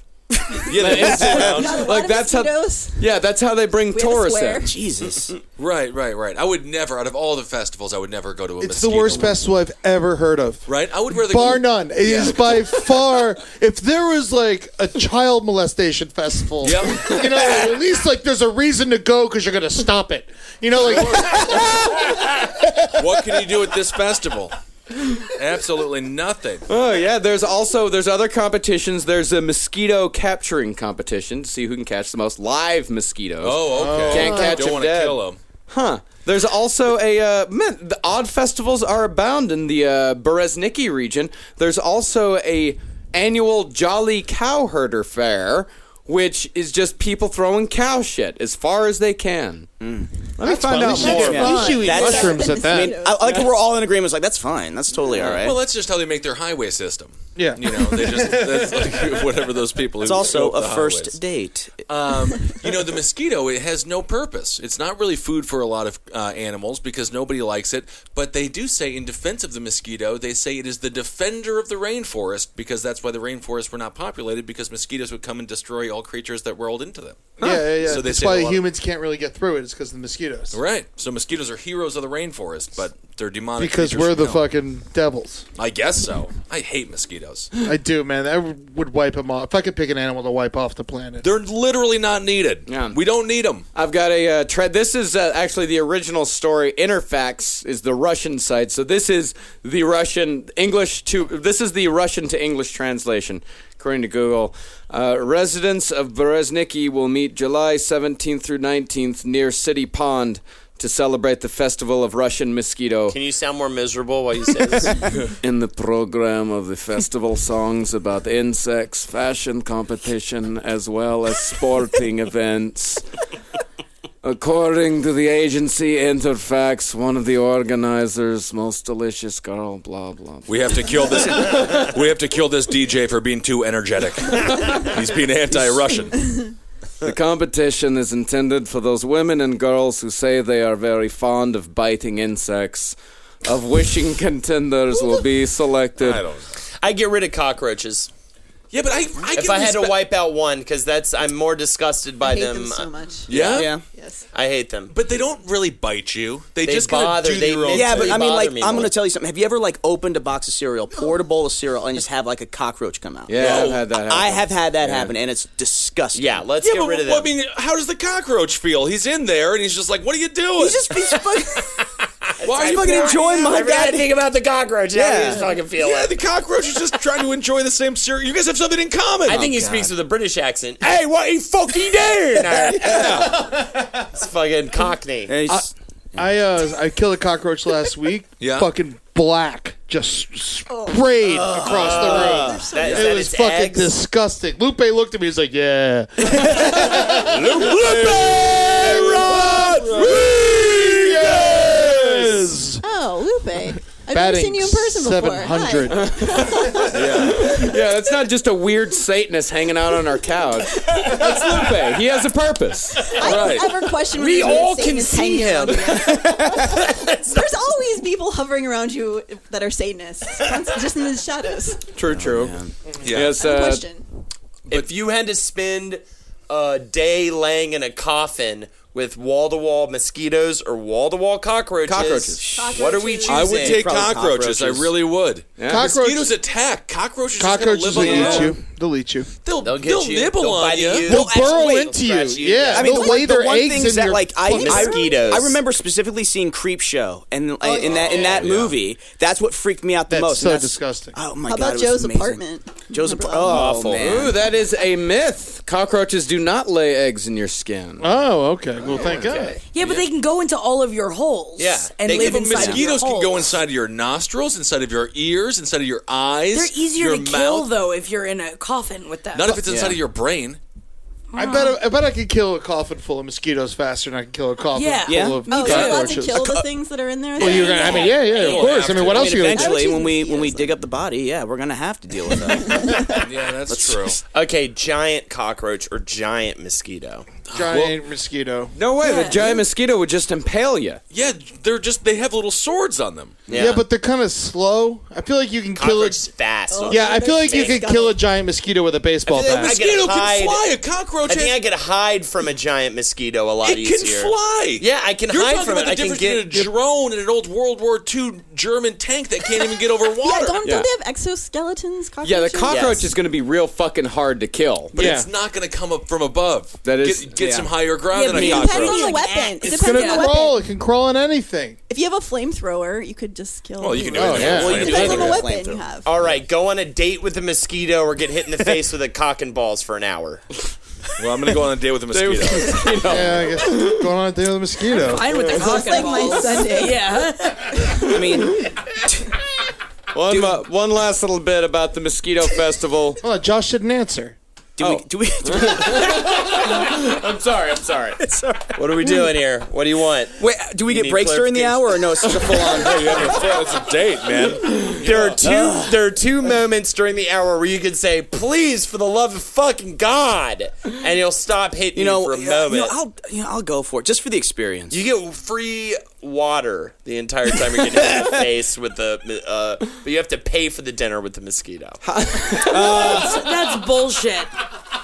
Yeah, that <laughs> is around. A lot Like of that's how. mosquitoes. Yeah, that's how they bring have to tourists swear. <laughs> in. Jesus. Right, right, right. I would never, out of all the festivals, I would never go to a. It's the mosquito worst one. festival I've ever heard of. Right, I would wear the Bar none. It is by far. If there was like a child molestation festival, Yep. you know, at least like there's a reason to go because you're gonna stop it. You know, like what can you do at this festival? Absolutely nothing. Oh yeah, there's also there's other competitions. There's a mosquito capturing competition to see who can catch the most live mosquitoes. Oh, okay. Can't catch Don't 'em wanna dead. kill him. Huh. There's also a uh, man. The odd festivals are abound in the uh, Berezniki region. There's also a annual Jolly Cow Herder Fair, which is just people throwing cow shit as far as they can. Let me find at out least you more. get- at least you eat That's- mushrooms at I that. mean, I, I like how we're all in agreement. It's like that's fine. That's totally all right. Well, that's just how they make their highway system. Yeah. <laughs> You know, they just that's like whatever those people. it's also a first date. Um, you know, the mosquito it has no purpose. It's not really food for a lot of uh, animals because nobody likes it. But they do say, in defense of the mosquito, they say it is the defender of the rainforest because that's why the rainforests were not populated because mosquitoes would come and destroy all creatures that rolled into them. Yeah, yeah, yeah. So they That's say a why lot of- humans can't really get through it. It's because of the mosquitoes. Right. So mosquitoes are heroes of the rainforest, but they're demonic. Because creatures we're the from hell. fucking devils. I guess so. I hate mosquitoes. I do, man. I would wipe them off. If I could pick an animal to wipe off the planet. They're literally not needed. We don't need them. I've got a uh, tre- This is uh, actually the original story. Interfax is the Russian side, so this is the Russian English to this is the Russian to English translation, according to Google. Uh, residents of Berezniki will meet July 17th through 19th near City Pond to celebrate the festival of Russian mosquito. Can you sound more miserable while you say this? In the program of the festival, songs about insects, fashion competition, as well as sporting events. According to the agency Interfax, one of the organizers, most delicious girl, blah blah. blah. We have to kill <laughs> this. we have to kill this DJ for being too energetic. He's being anti-Russian. The competition is intended for those women and girls who say they are very fond of biting insects. Of wishing contenders will be selected. I I get rid of cockroaches. Yeah, but I, if can I had to respe- wipe out one, because that's I'm more disgusted by I hate them. them so much. Oh, Yeah? Yeah. Yes. I hate them. But they don't really bite you. They, just kinda bother- do they their own yeah, but thing. I mean, They like, bother me I'm more. gonna tell you something. Have you ever like opened a box of cereal, poured a bowl of cereal, and just have like a cockroach come out? Yeah, I've had that happen. I have had that Yeah. happen, and it's disgusting. Yeah, let's yeah, but well, I mean, how does the cockroach feel? He's in there and he's just like, "What are you doing?" He's just <laughs> Why are you fucking enjoying my Every daddy. thing about the cockroach. Yeah, Yeah. how you just fucking feel Yeah, it. the cockroach is just trying to enjoy the same cereal. You guys have something in common. I think Oh, he speaks with a British accent. Hey, what you fucking <laughs> doing? It's <laughs> fucking Cockney. I, I, uh, I killed a cockroach last week. Yeah. Fucking black, just sprayed across the room. Ugh. That- is it that was its fucking eggs? disgusting. Lupe looked at me. He's like, "Yeah." Rodriguez! Oh, Lupe. I've never Batting seen you in person before. Hi. yeah. yeah, that's not just a weird Satanist hanging out on our couch. That's Lupe. He has a purpose. I don't ever question when there's a Satanist hanging around you. <laughs> <laughs> There's always people hovering around you that are Satanists, const- just in the shadows. True, true. Yes, I have a uh, question. if you had to spend a day laying in a coffin with wall to wall mosquitoes or wall to wall cockroaches, Cockroaches. what are we choosing? I would take cockroaches. I really would. Yeah. Cockroaches- Mosquitoes attack. Cockroaches. are just gonna Cockroaches will live on their eat own. you. They'll eat you. They'll, They'll get you. nibble They'll on bite you. you. They'll They'll burrow actually- into you. scratch you. Yeah. I mean, they'll the, lay one, the their one eggs thing in is that your like I, fucking- I- Mosquitoes. Oh, I remember specifically seeing Creep Show, and uh, in that in that movie, that's what freaked me out the That's most. so and disgusting. Oh my How god! about it was Joe's amazing. apartment? Joe's apartment. Oh, Awful. man. Ooh, that is a myth. Cockroaches do not lay eggs in your skin. Oh, okay. Well, thank God. Yeah, but they can go into all of your holes. Yeah, and they live can, inside of your mosquitoes can holes. go inside of your nostrils, inside of your ears, inside of your eyes. They're easier your to mouth. kill though if you're in a coffin with them. Not if it's inside of your brain. I bet I bet I could kill a coffin full of mosquitoes faster than I can kill a coffin Yeah. full Yeah. of Oh, so you're allowed to cockroaches. kill the things that are in there? Well, you're gonna. I mean, yeah, yeah, of course. I mean, what else are you gonna eventually do? when we when we dig up the body? Yeah, we're gonna have to deal <laughs> with that. yeah, that's true. Okay, giant cockroach or giant mosquito. Giant mosquito. No way. The giant mosquito would just impale you. Yeah, they're just they have little swords on them. Yeah. but they're kind of slow. I feel like you can kill Cockroach is it. fast. Yeah, I feel like you can kill a giant mosquito with a baseball I bat. think I Mosquito could hide- can fly. A cockroach I think has- I could hide from a giant mosquito a lot it easier. can fly. Yeah, I can You're hide talking from about it. the I can difference get between a drone and an old World War II German tank that can't even <laughs> get over Yeah, water. don't, Yeah. don't they have exoskeletons? Cockroaches? Yeah, the cockroach Yes. is going to be real fucking hard to kill. but it's not going to come up from above. That is- get, get yeah. some higher ground Yeah, than a but Depends on cockroach. the Like weapon. ants. It It's depends gonna on the crawl. weapon. It can crawl on anything. If you have a flametthrower, you could just kill. Well, you can do Oh, anything. yeah. with Well, It flamethrowers. you depends do on the anything weapon you have. All right, go on a date with a mosquito or get hit <laughs> in the face with a cock and balls for an hour. Well, I'm going to go on a date with a <laughs> mosquito. Yeah, I guess going on a date with a mosquito. Fine with the It's coffin. like my Sunday. <laughs> <laughs> yeah. I mean, <laughs> One, mo- one last little bit about the mosquito festival. Well, Josh didn't answer. Do Oh. we? Do we? <laughs> Do we I'm sorry. I'm sorry. What are we doing here? What do you <sighs> want? Wait, do we You get need breaks during the clarification. hour or no? It's just <laughs> a full on. you have a full- it's a date, man. There are two. There are two moments during the hour where you can say, "Please, for the love of fucking God," and you'll stop hitting You know, for a yeah, you moment. know, I'll you know I'll go for it just for the experience. You get free water the entire time you're getting hit in the face with the, uh, but you have to pay for the dinner with the mosquito. That's, that's bullshit.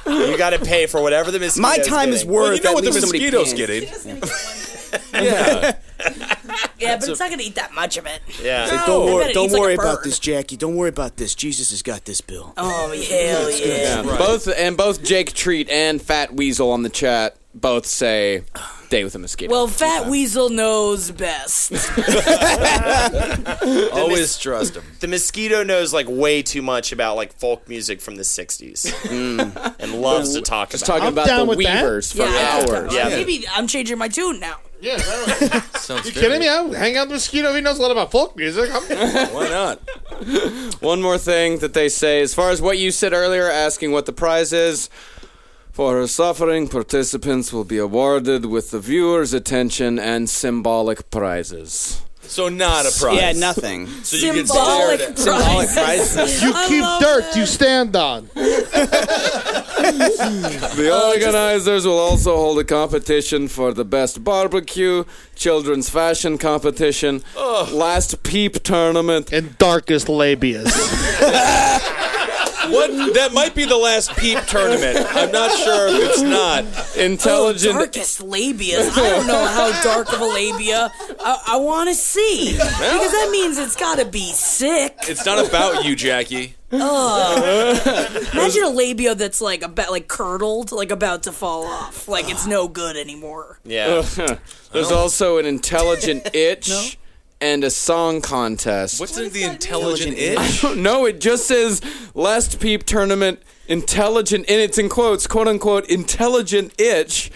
You got to pay for whatever the mosquito. time is worth Well, you know at what the least somebody mosquito's paying. getting. Yeah, but it's not gonna eat that much of it. Yeah. Like, No. don't I bet worry, it don't eats like a worry about bird. this, Jackie. Don't worry about this. Jesus has got this, Bill. Oh hell yeah! Yeah, both and both Jake Treat and Fat Weasel on the chat both say "Day with a Mosquito." Well, Fat Weasel knows best. Always trust <laughs> him. The mosquito knows like way too much about like folk music from the '60s Mm. and loves to talk Just about. talking it. about down the with that. Weavers for Yeah, I- hours. Yeah. Maybe I'm changing my tune now. Yeah, that was- you kidding me? I would hang out with mosquito. He knows a lot about folk music. I'm, Why not? <laughs> One more thing that they say, as far as what you said earlier, asking what the prize is. For her suffering, participants will be awarded with the viewer's attention and symbolic prizes. So not a prize. Yeah, nothing. So you get Symbolic stared at. <laughs> prize. you I keep love dirt you stand on. The organizers will also hold a competition for the best barbecue, children's fashion competition, last peep tournament. And darkest labias. <laughs> What? That might be the <laughs> last peep tournament. I'm not sure if it's not. Intelligent Darkest labias. I don't know how dark of a labia. I, I want to see because that means it's got to be sick. It's not about you, Jackie. Imagine a labia that's like about like curdled, like about to fall off. Like it's no good anymore. Yeah. <laughs> There's also an intelligent itch and a song contest. What's in the intelligent itch? <laughs> No, it just says last peep tournament intelligent and it's in quotes, quote unquote intelligent itch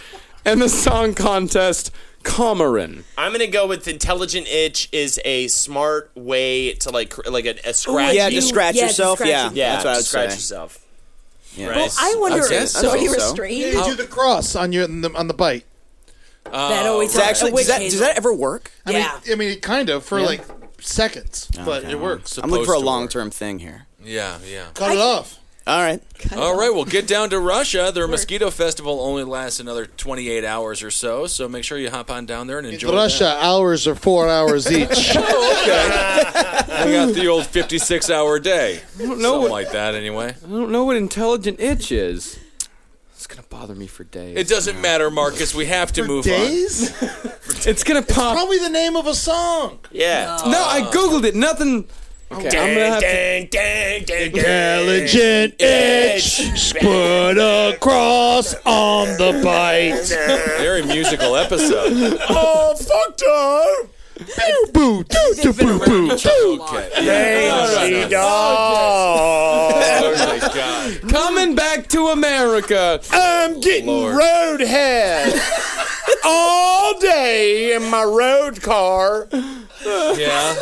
and the song contest Comarin. I'm gonna go with intelligent itch is a smart way to like cr- like a, a scratch. Yeah, You- to scratch yeah, to yourself. scratch yeah, yourself. yeah, that's what I to would scratch say. yourself. Yeah. Right. I wonder. I'd say if- so. so Are you so. restrained? you do the cross on your on the, on the bite. that always Does that actually, a witch does that, hazel. does that ever work? I mean, Yeah. I mean, it kind of for like seconds, but it works. I'm looking for a Supposed to long term thing here. Yeah, <laughs> yeah. Cut it off. All right. All right, well, get down to Russia. Their mosquito festival only lasts another 28 hours or so, so make sure you hop on down there and enjoy. Russia hours are four <laughs> hours each. that. I got the <laughs> old 56 hour day. Something like that, anyway. I don't know what intelligent itch is. It's gonna bother me for days. It doesn't matter, Marcus. We have to move on. Days? it's gonna pop. <laughs> Probably the name of a song. Yeah. no, I googled it. Nothing. Okay, I'm gonna have to. Dang, dang, dang, dang. Intelligent itch sput across on the bite. <laughs> Very musical episode. Oh, fucked up. Boo doo doo boo boo. Okay. Hey, <laughs> Oh, my God. Coming back to <laughs> America. I'm getting road head <laughs> all day in my road car. Yeah.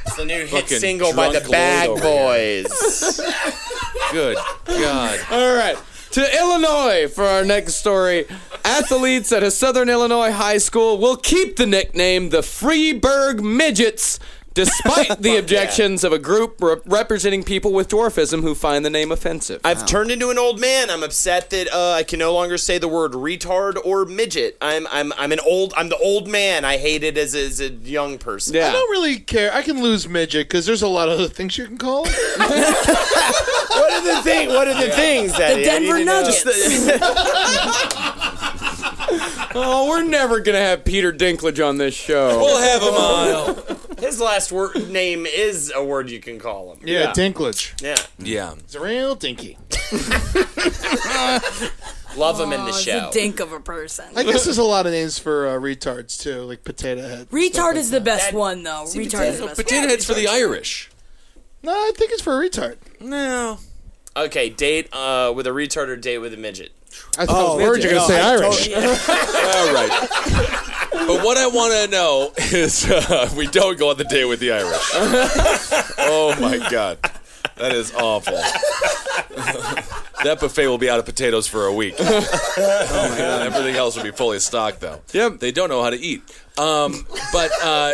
It's the new hit Fucking single by the drunk Bag Lloyd over Boys. Good God. All right. To Illinois for our next story. Athletes at a Southern Illinois high school will keep the nickname the Freeburg Midgets. <laughs> Despite the objections of a group re- representing people with dwarfism who find the name offensive, I've turned into an old man. I'm upset that uh, I can no longer say the word retard or midget. I'm I'm I'm an old I'm the old man. I hated as as a young person. Yeah. I don't really care. I can lose midget because there's a lot of other things you can call. it. What are the thing? What are the things that The Denver Nuggets. oh, we're never gonna have Peter Dinklage on this show. We'll have him on. His last word name is a word you can call him. <laughs> Yeah, Dinklage. Yeah, Yeah. It's a real dinky. love him in the He's show. a dink of a person. <laughs> I guess there's a lot of names for uh, retards too, like potato head. Retard is the best one though. Retard is the best. Potato heads for the Irish. No, I think it's for a retard. No. okay, date uh, with a retard or date with a midget. I thought the word you're Oh, gonna say Irish. All right. But what I want to know <laughs> is uh, we don't go on the date with the Irish. oh my God. That is awful. <laughs> that buffet will be out of potatoes for a week. Oh Everything else will be fully stocked, though. Yep. They don't know how to eat. Um, but uh,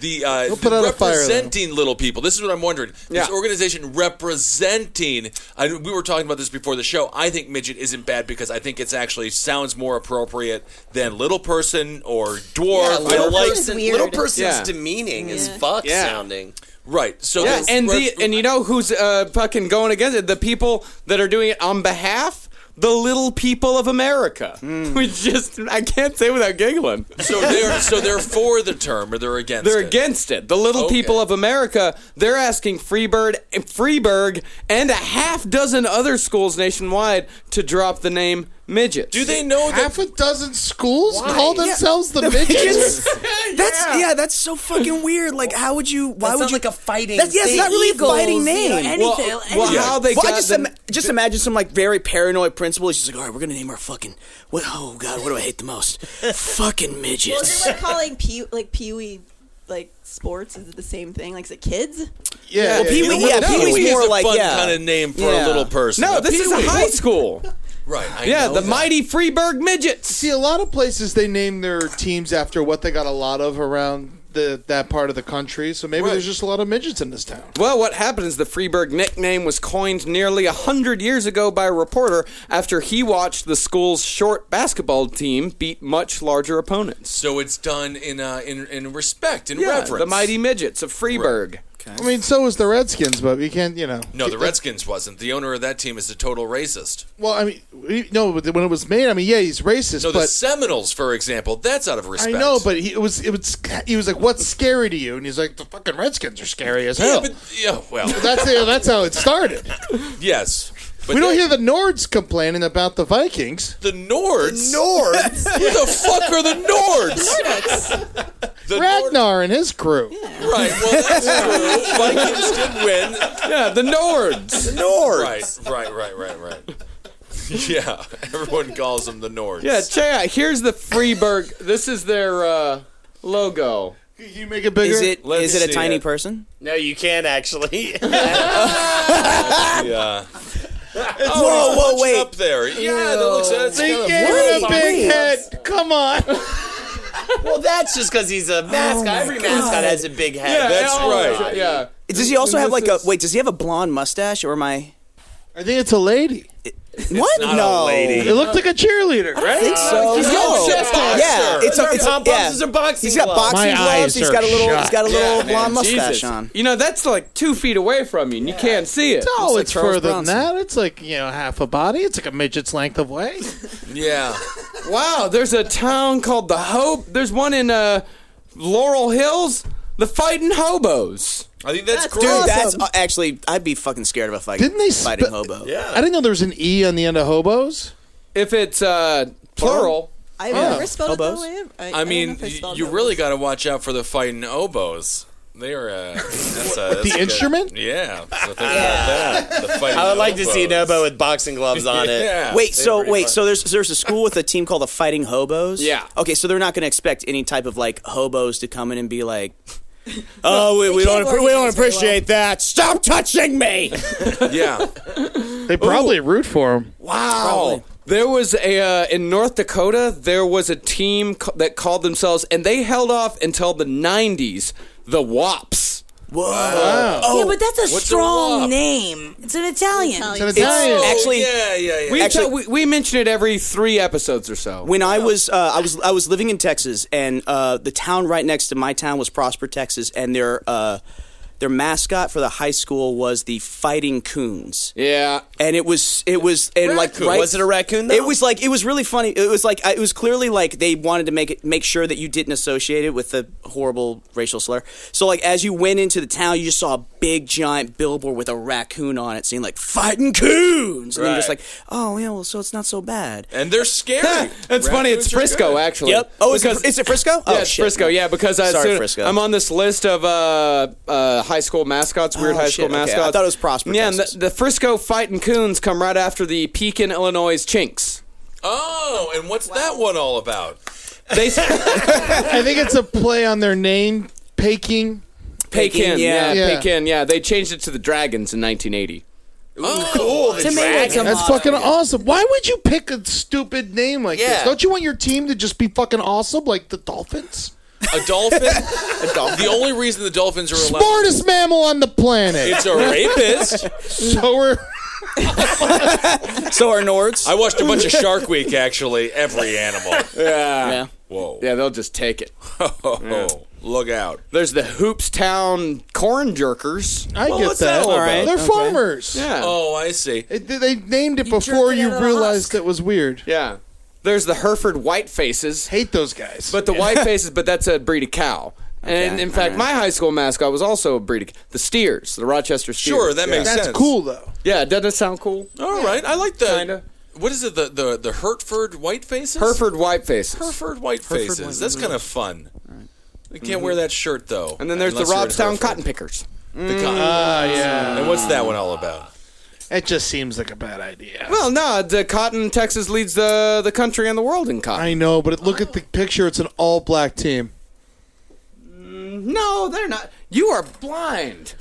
the, uh, put out a fire, though. representing little people. This is what I'm wondering. This Yeah. organization representing. I, we were talking about this before the show. I think midget isn't bad because I think it's actually sounds more appropriate than little person or dwarf. Yeah, little I like- person- little person's Yeah. demeaning as fuck Yeah. sounding. Right. So yeah, this and rep- the and you know who's uh, fucking going against it? The people that are doing it on behalf. The little people of America. Hmm. We just, I can't say without giggling. So they're so they're for the term or they're against They're it. against it. The little Okay. people of America, they're asking Freebird, Freeburg and a half dozen other schools nationwide to drop the name midget. Do they know Half a dozen schools call Yeah. themselves the, The midgets. <laughs> That's yeah. that's so fucking weird. Like, how would you? Why That would sounds you? like a fighting That's yeah, it's thing. not really Eagles, a fighting you know, name. anything- Well, well, anything. how they Well, I got just them- ima- just imagine some like very paranoid principal. She's like, all right, we're gonna name our fucking. What? Oh god, what do I hate the most? fucking Well, midgets. they're like calling pee like pee wee like sports is it the same thing? Like is it kids? Yeah, Well, yeah, Pee-wee- You know, yeah, no, Pee-wee's Pee-wee's more a like- fun yeah. kind of name for a Yeah. little person. No, this is a Pee-wee. high school. Right. <laughs> I yeah, know the that. mighty Freeburg midgets. See, a lot of places they name their teams after what they got a lot of around the that part of the country. So maybe there's just a lot of midgets in this town. Well, what happened is the Freeburg nickname was coined nearly a hundred years ago by a reporter after he watched the school's short basketball team beat much larger opponents. So it's done in uh, in in respect in Yeah, reverence. the mighty midgets of Freeburg. I mean, so is the Redskins, but you can't, you know. No, the Redskins wasn't. The owner of that team is a total racist. Well, I mean, we- no, but when it was made, I mean, yeah, he's racist, No, the but Seminoles, for example, that's out of respect. I know, but he it was it was he was like, "What's scary to you?" And he's like, "The fucking Redskins are scary as Yeah, hell." but yeah, well, that's how- that's how it <laughs> started. yes. But we don't that- hear the Nords complaining about the Vikings. the Nords. Nords? <laughs> Who the fuck are the Nords? The Ragnar and his crew. Hmm. Right. Well, that's true. Vikings did win. Yeah, <laughs> the Nords. Right. Right. Right. Right. Right. Yeah. Everyone calls them the Nords. Yeah, check out. Here's the Freeburg. this is their uh, logo. You make it Is it is Let me it a see tiny it. person? No, you can't actually. Yeah. Oh, whoa, whoa, wait. Up there. Yeah, that looks. That's <laughs> They kind of- gave Wait, him a big wait. head. Come on. well, that's just because he's a mascot. Every mascot has a big head. Yeah, that's right. Yeah. Does he also And have this like a wait? Does he have a blonde mustache or am I? I think it's a lady. What? not a no. lady. It looked like a cheerleader, right? I think so. he's no. got a chest boxer. Yeah, it's a, Her it's a, pom-poms yeah. is her boxing He's got glove. boxing My gloves. eyes He's are got a little. He's shut. got a little blonde Jesus. mustache on. You know, that's like two feet away from you. and You can't see it. No, like it's Charles further Bronson. than that. It's like you know half a body. It's like a midget's length of way. Yeah. Wow, there's a town called The Hope. There's one in uh, Laurel Hills. The Fighting Hobos. I think that's, <laughs> Dude, great. that's uh, actually. I'd be fucking scared of a fight. Didn't they fighting spe- hobo? I didn't know there was an e on the end of hobos. If it's uh, plural. I've Oh. never spelled it that Hobos? way. I don't know mean, if y- spelled you it. really got to watch out for the fighting oboes. They are uh, that's, uh, the that's good. instrument? Yeah. So think about that. The fighting I would like to see an oboes. oboe with boxing gloves on <laughs> it. Yeah. Wait, so They're wait, pretty so there's there's a school with a team called the Fighting Hobos. Yeah. Okay, so they're not going to expect any type of like hobos to come in and be like, oh, we, we can't don't appre- we don't organize very well. appreciate that. Stop touching me. fun. Yeah. They probably root for him. Oh. Wow. There was a uh, in North Dakota. There was a team ca- that called themselves, and they held off until the '90s. The Wops. <laughs> Whoa. yeah, but that's a What's a strong wop? name. It's an Italian. Italian. It's an Italian. Actually- yeah, yeah, yeah. We, Actually- tell- we we mention it every three episodes or so. When I was uh, I was I was living in Texas, and uh, the town right next to my town was Prosper, Texas, and their uh, their mascot for the high school was the Fighting Coons. yeah, and it was it was and like Raccoon. right, Was it a raccoon, though? It was like it was really funny. It was like it was clearly like they wanted to make it make sure that you didn't associate it with the horrible racial slur. So like as you went into the town, you just saw a big giant billboard with a raccoon on it, saying like "fighting coons," and then just Right. like oh yeah, well so it's not so bad. and they're scary. <laughs> it's funny. Raccoons It's are Frisco, good. actually. Yep. Oh, is because it, is it Frisco? yeah, oh, it's shit. Frisco. Yeah, because I Sorry, soon- Frisco. I'm on this list of uh, uh, high school mascots, weird Oh, high school shit, okay. I mascots. thought it was Prosper, Yeah, and Texas. the, the Frisco Fighting Coons come right after the Pekin, Illinois Chinks. Oh, and what's that one all about? <laughs> They. I think it's a play on their name, Peking. Pekin, yeah, Yeah. Pekin, yeah. They changed it to the Dragons in 1980. Oh, cool. the Dragons. That's fucking awesome. Why would you pick a stupid name like this? Yeah. Don't you want your team to just be fucking awesome like the Dolphins? A dolphin. The only reason the dolphins are allowed. Smartest mammal on the planet. It's a rapist. <laughs> so are so are Nords. I watched a bunch of Shark Week actually. Every animal. Yeah. yeah. Whoa. Yeah, they'll just take it. Oh, look out. There's the Hoopstown Corn Jerkers. I get that. all right. They're farmers. Yeah. Oh, I see. It, they named it before jerk it you out of the realized it was weird. Yeah. There's the Hereford White Faces. Hate those guys. But <laughs> the White Faces, but that's a breed of cow. And Okay, in fact, alright. my high school mascot was also a breed of the Steers, the Rochester Steers. Sure, that Yeah. makes sense. cool though. Yeah, doesn't it sound cool? All right, I like the. What is it? The the the Hertford White Faces. Hereford White Faces. Hereford White Hereford Faces. White- That's kind of fun. You can't Mhm. wear that shirt though. And then there's the unless you're in Hereford. Robstown Cotton Mm. Pickers. The cotton. Ah, yeah. And what's that one all about? It just seems like a bad idea. Well, no, the cotton Texas leads the the country and the world in cotton. I know, but look at the picture. It's an all black team. No, they're not. You are blind.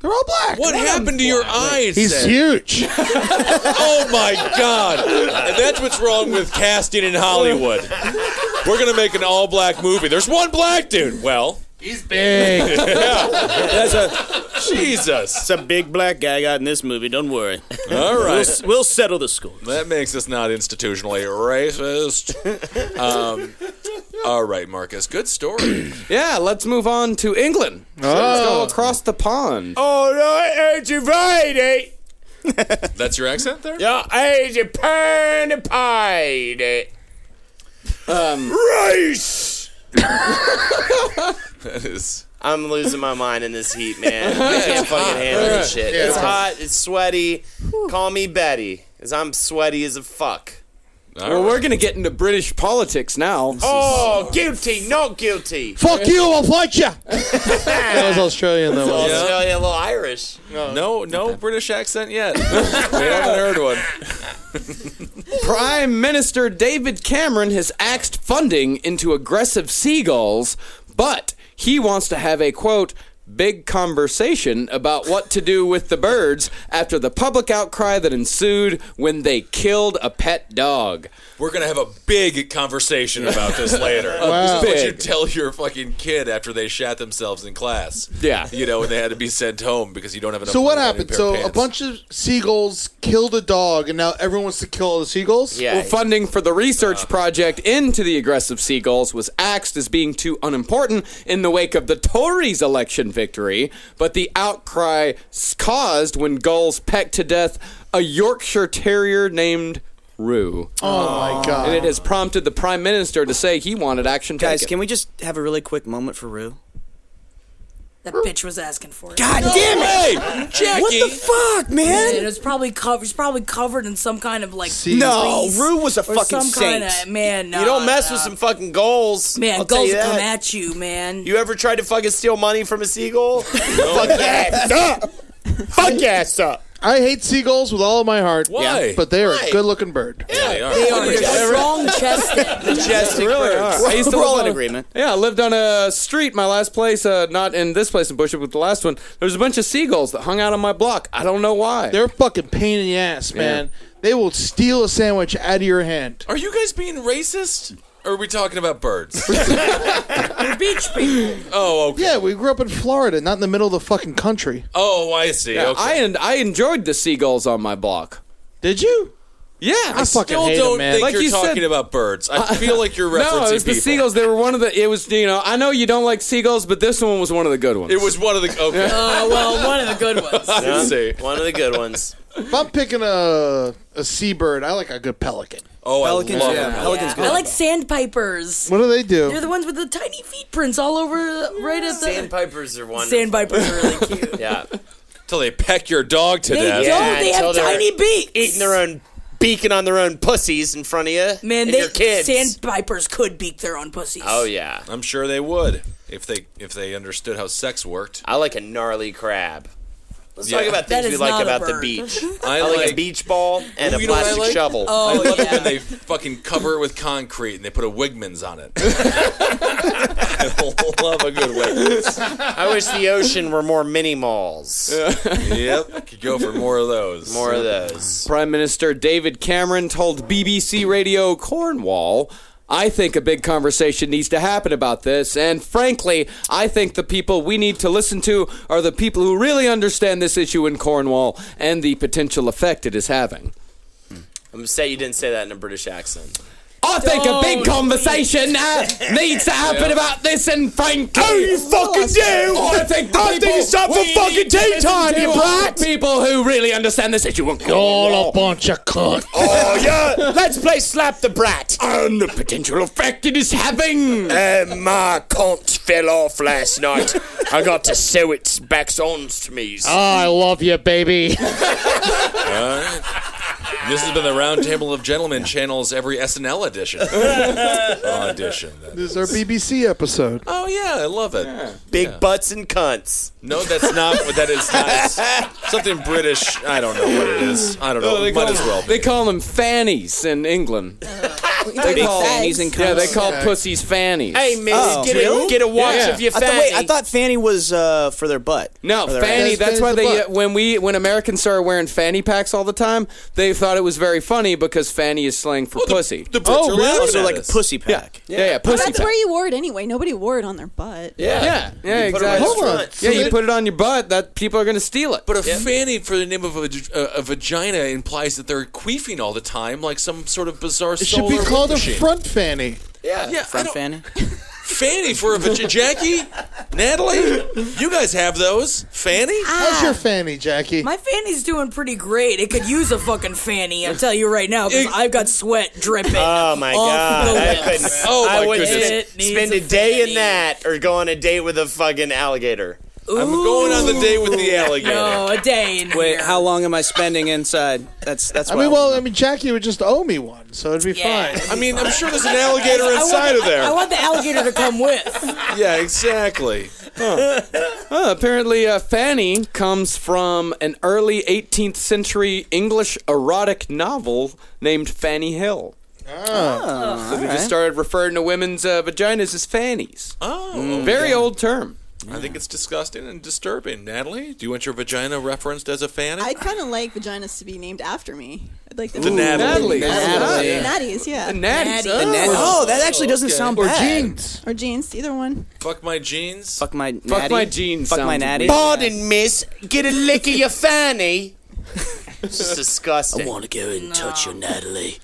They're all black. What happened to your eyes? He's Ed? huge. oh my god! And that's what's wrong with casting in Hollywood. We're gonna make an all-black movie. There's one black dude. Well, He's <laughs> big. yeah, that's a Jesus. It's a big black guy got in this movie. Don't <laughs> worry. All right. We'll, we'll settle the score. That makes us not institutionally racist. Um, all right, Marcus. Good story. Yeah, let's move on to England. Oh. So let's go across the pond. Oh no, it's a Friday. <laughs> That's your accent there? Yeah, it's a pan pie. Um, rice. <laughs> That is. I'm losing my mind in this heat, man. I can't fucking handle this shit. Yeah. It's hot. It's sweaty. Call me Betty, cause I'm sweaty as a fuck. well, we're going to get into British politics now. Oh, guilty, not guilty. Fuck you, I'll fight you. that was Australian, though. Well, wasn't it? Australia, a little Irish. No, no British accent yet. <laughs> we haven't heard one. Prime Minister David Cameron has axed funding into aggressive seagulls, but he wants to have a quote big conversation about what to do with the birds after the public outcry that ensued when they killed a pet dog. We're gonna have a big conversation about this later. This Wow. is what you Big. tell your fucking kid after they shat themselves in class. Yeah. you know, and they had to be sent home because you don't have enough. So what money to buy a happened? pair of So a pants. bunch of seagulls killed a dog, and now everyone wants to kill all the seagulls. Well, funding for the research project into the aggressive seagulls was axed as being too unimportant in the wake of the Tories' election victory, but the outcry s- caused when gulls pecked to death a Yorkshire Terrier named Rue. Oh my god! And it has prompted the Prime Minister to say he wanted action Guys, taken. can we just have a really quick moment for Rue? That bitch was asking for it. God damn it! What the fuck, man? it was probably covered. It's probably covered in some kind of like. oh, No, grease Rue was a or fucking some saint. Kind of, man, no, you don't mess no. with some fucking goals. Uh, Man, I'll tell gulls you will come that. at you, man. You ever tried to fucking steal money from a seagull? Fuck that. Stop. Fuck yeah, stop. I hate seagulls with all of my heart. Why? But they are Why? a good-looking bird. <laughs> Yeah, they are. They are strong The chested. <laughs> chest really I used to We're live all on in a- agreement. Yeah, I lived on a street. My last place, uh, not in this place in Bushwick, but the last one. There was a bunch of seagulls that hung out on my block. I don't know why. They're a fucking pain in the ass, man. They will steal a sandwich out of your hand. Are you guys being racist? Or are we talking about birds? beach people. oh, okay. Yeah, we grew up in Florida, not in the middle of the fucking country. Oh, I see. Yeah, okay. I and I enjoyed the seagulls on my block. Did you? Yeah, I fucking still hate 'em, don't man. think Like you're you said- talking about birds. I feel like you're referencing no, it was the people. seagulls. They were one of the. It was you know. I know you don't like seagulls, but this one was one of the good ones. It was one of the okay. Oh well, one of the good ones. I see. One of the good ones. If I'm picking a a seabird, I like a good pelican. Oh, I Pelicans, love yeah. them. Pelicans good. I like sandpipers. What do they They're do? the ones with the tiny feet prints all over, the, right at the Sandpipers are wonderful. Sandpipers are really cute. yeah. Until they peck your dog to They death. don't. they until have they're tiny beaks. Eating their own beaking on their own pussies in front of you. Man, and they your kids. sandpipers could beak their own pussies. oh yeah. I'm sure they would if they if they understood how sex worked. I like a gnarly crab. Let's talk about things we like about the beach. I like, a beach ball and Ooh, a you know what I plastic like? shovel. Oh, Oh, I love it when they fucking cover it with concrete and they put a Wigman's on it. <laughs> I love a good Wigman's. I wish the ocean were more mini malls. <laughs> yep, could go for more of those. More of those. Prime Minister David Cameron told BBC Radio Cornwall. I think a big conversation needs to happen about this, and frankly, I think the people we need to listen to are the people who really understand this issue in Cornwall and the potential effect it is having. Hmm. I'm upset you didn't say that in a British accent. I think a big conversation uh, needs to happen Yeah. about this in Franklin. Oh, you fucking do! I think the I think people it's time for we fucking need to tea listen time, to you are brat! the People who really understand this issue. You're all a bunch of cunt. Oh yeah, let's play slap the brat. And the potential effect it is having. And my cunt fell off last night. I got to sew its back on to me. I love you, baby. All right. This has been the Roundtable of Gentlemen channels every SNL <laughs> edition. Audition. This is our BBC episode. Oh yeah, I love it. Big butts and cunts. No, that's not what that is. Not, it's something British. I don't know what it is. I don't know. they Might call, as well. They call them fannies in <laughs> England. Big fannies and yeah, they cunts. call Yeah. pussies fannies. Yeah. Oh. I thought- wait, I thought fanny was uh, for their butt. No, For their fanny. ass. That's why they uh, when we when Americans started wearing fanny packs all the time, they thought it was very funny because fanny is slang Oh, for pussy. the Brits are laughing Oh, Also at like a us. pussy pack. Yeah, yeah, yeah, pussy Well, that's pack. where you wore it anyway. Nobody wore it on their butt. yeah, yeah, yeah You put it on exactly. your Hold on. front. Yeah, So you they- put it on your butt. That people are going to steal it. But a fanny for the name of a, a, a vagina implies that they're queefing all the time, like some sort of bizarre. It should be called a front fanny. Yeah, yeah front fanny. Fanny for a vagina. Jackie, Natalie, you guys have those fanny. How's your fanny, Jackie? My fanny's doing pretty great. It could use a fucking fanny. I tell you right now, because I've got sweat dripping. Oh my off god! the I lips. couldn't. oh I wouldn't spend, spend a day in that, or go on a date with a fucking alligator. I'm going on the date with the alligator. No, a day. In Wait, how long am I spending inside? That's that's. I what mean, well, I mean, Jackie would just owe me one, so it'd be fine. I mean, I'm sure there's an alligator inside of there. the alligator to come with. <laughs> yeah, exactly. Oh, apparently, uh, Fanny comes from an early 18th century English erotic novel named Fanny Hill. so they just started referring to women's uh, vaginas as fannies. Oh, very okay. old term. I think it's disgusting and disturbing. Natalie, do you want your vagina referenced as a fanny? I'd kind of like vaginas to be named after me. I'd like them The to be named after Natalie. me. Natalie. Natties, yeah. The natties. Natties. Oh. Oh, that actually doesn't Okay. sound Or bad. jeans. Or jeans, either one. Fuck my jeans. Fuck my Fuck my jeans Fuck my sounds natty. weird. Pardon, miss. Get a lick of your fanny. It's just disgusting. I want to go and touch your Natalie.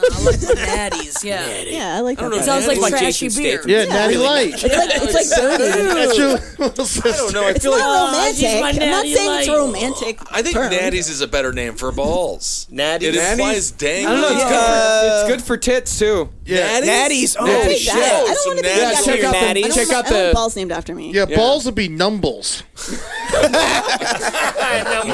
Natties, yeah. Oh, Yeah, I like that. It sounds like trashy beer. Yeah, Natty Light. It's like, it's like <laughs> That's dirty. your little sister. I don't know. I It's feel not like romantic. Oh, she's my I'm not Natty saying it's Light. romantic. I think term. natties is a better name for balls. Natties. It Natties? implies I dang. don't know. It's, good for, it's good for tits too. Yeah. Natties. Oh, I Natties. like that. I don't so want to be named Natty- Yeah, after check out myself. the- I don't check want- out I don't the- want balls named after me. Yeah, balls would be numbles.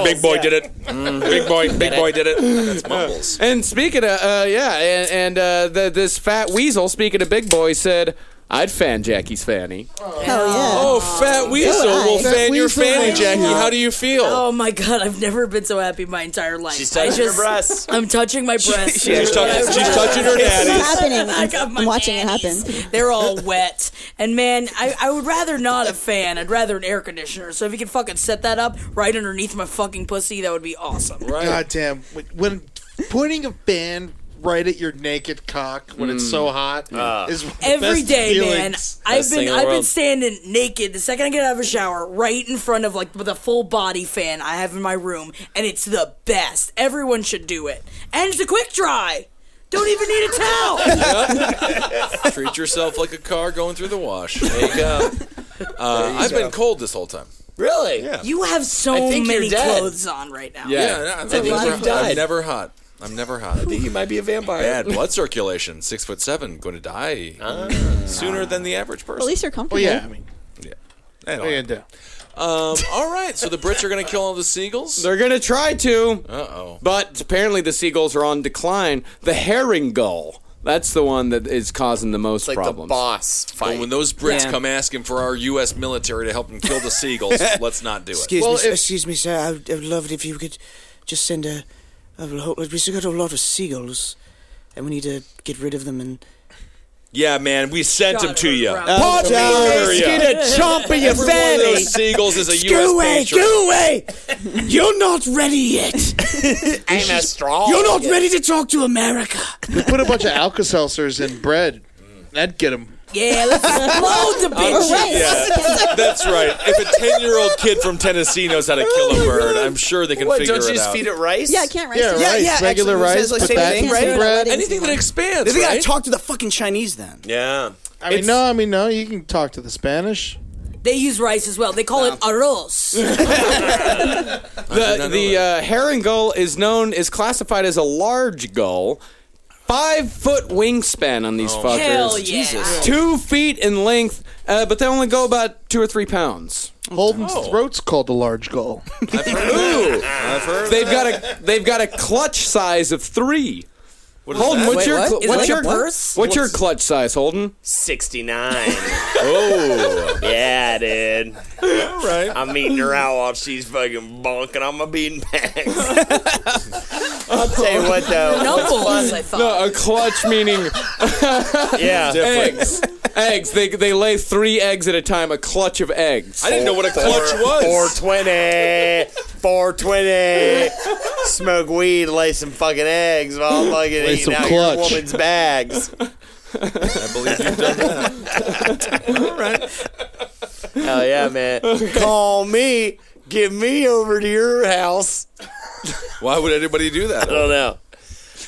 Big boy did it. Big boy. Big boy did it. That's <laughs> mumbles. And speaking of, uh, yeah, and, and uh, the, this fat weasel, speaking of big boy, said, I'd fan Jackie's fanny. Hell yeah. Oh, fat weasel I. will Fat fan your weasel fanny, will. Jackie. How do you feel? Oh my god, I've never been so happy my entire life. She's touching I her just- breasts. <laughs> I'm touching my breasts. she's, touching, she's touching her This is natties. happening. I got my I'm watching it happen. natties. They're all wet. And man, I, I would rather not a fan. I'd rather an air conditioner. So if you could fucking set that up right underneath my fucking pussy, that would be awesome. Right. Goddamn. When- When pointing a fan right at your naked cock when Mm. it's so hot Ah. is one of the Every best day, feelings. man. I've Best thing been in the I've been world. standing naked the second I get out of a shower, right in front of like with a full body fan I have in my room, and it's the best. Everyone should do it, and it's a quick dry. Don't even need a <laughs> towel. Treat yourself like a car going through the wash. There you go. Uh, I've been cold this whole time. Really? Yeah. You have so I think you're many dead. clothes on right now. Yeah, Yeah. I- I'm, think never- you've I'm died. never hot. I'm never hot. I think you might be a vampire. Bad blood circulation. Six foot seven. Going to die Ah. sooner than the average At person. least you're Well, comfortable. yeah, I mean, I what are you don't- gonna do? Um, all right. So the Brits are going to kill all the seagulls. They're going to try to, Uh oh. but apparently the seagulls are on decline. The herring gull. That's the one that is causing the most problems. boss Well, when those Brits Yeah. come asking for our U.S. military to help them kill the <laughs> seagulls, let's not do it. Excuse me, sir, excuse me, sir. I would, I would love it if you could just send a. a lo- we still got a lot of seagulls, and we need to get rid of them. And Yeah, man, we sent them to you. Oh, around. Punch Dare him, ya. skin a chomp of your Every one of fanny. those seagulls is a Go U.S. away, patriot. go away! <laughs> You're not ready <laughs> yet. I'm a strong. You're not ready to talk to America. We put a bunch of Alka Seltzers in bread. That'd get them. Yeah, let's explode the <laughs> Oh, bitches. Yeah, <laughs> that's right. If a ten-year-old kid from Tennessee knows how to kill a bird, I'm sure they can What, figure don't you it just out. feed it rice? Yeah, I can't rice. Yeah, it. rice, regular rice, put that in bread. Anything that expands. They gotta right? talk to the fucking Chinese then. Yeah. I mean, no, I mean, no. You can talk to the Spanish. They use rice as well. They call it arroz. The the uh, herring gull is known is classified as a large gull. Five foot wingspan on these fuckers. hell yeah. Jesus. Two feet in length, uh, but they only go about two or three pounds. Holden's Oh. throat's called the large gull. Ooh, they've got a they've got a clutch size of three. is Holden, that? what's Wait, your what? cl- Is it what's like your a purse? what's your clutch size, Holden? 69. Oh, yeah, dude. All right. I'm eating her out while she's fucking bonking on my beanbags. I'll tell you what, though. what's fun- no, uh, a clutch meaning Yeah. eggs. eggs. They they lay three eggs at a time. A clutch of eggs. I didn't know what a clutch was. 420, <laughs> 420. Eh, Smoke weed, lay some fucking eggs while I'm fucking Lay eating some out clutch. your woman's bags. <laughs> I believe you've done that. <laughs> Hell yeah, man. Call me. Get me over to your house. Why would anybody do that? I don't know.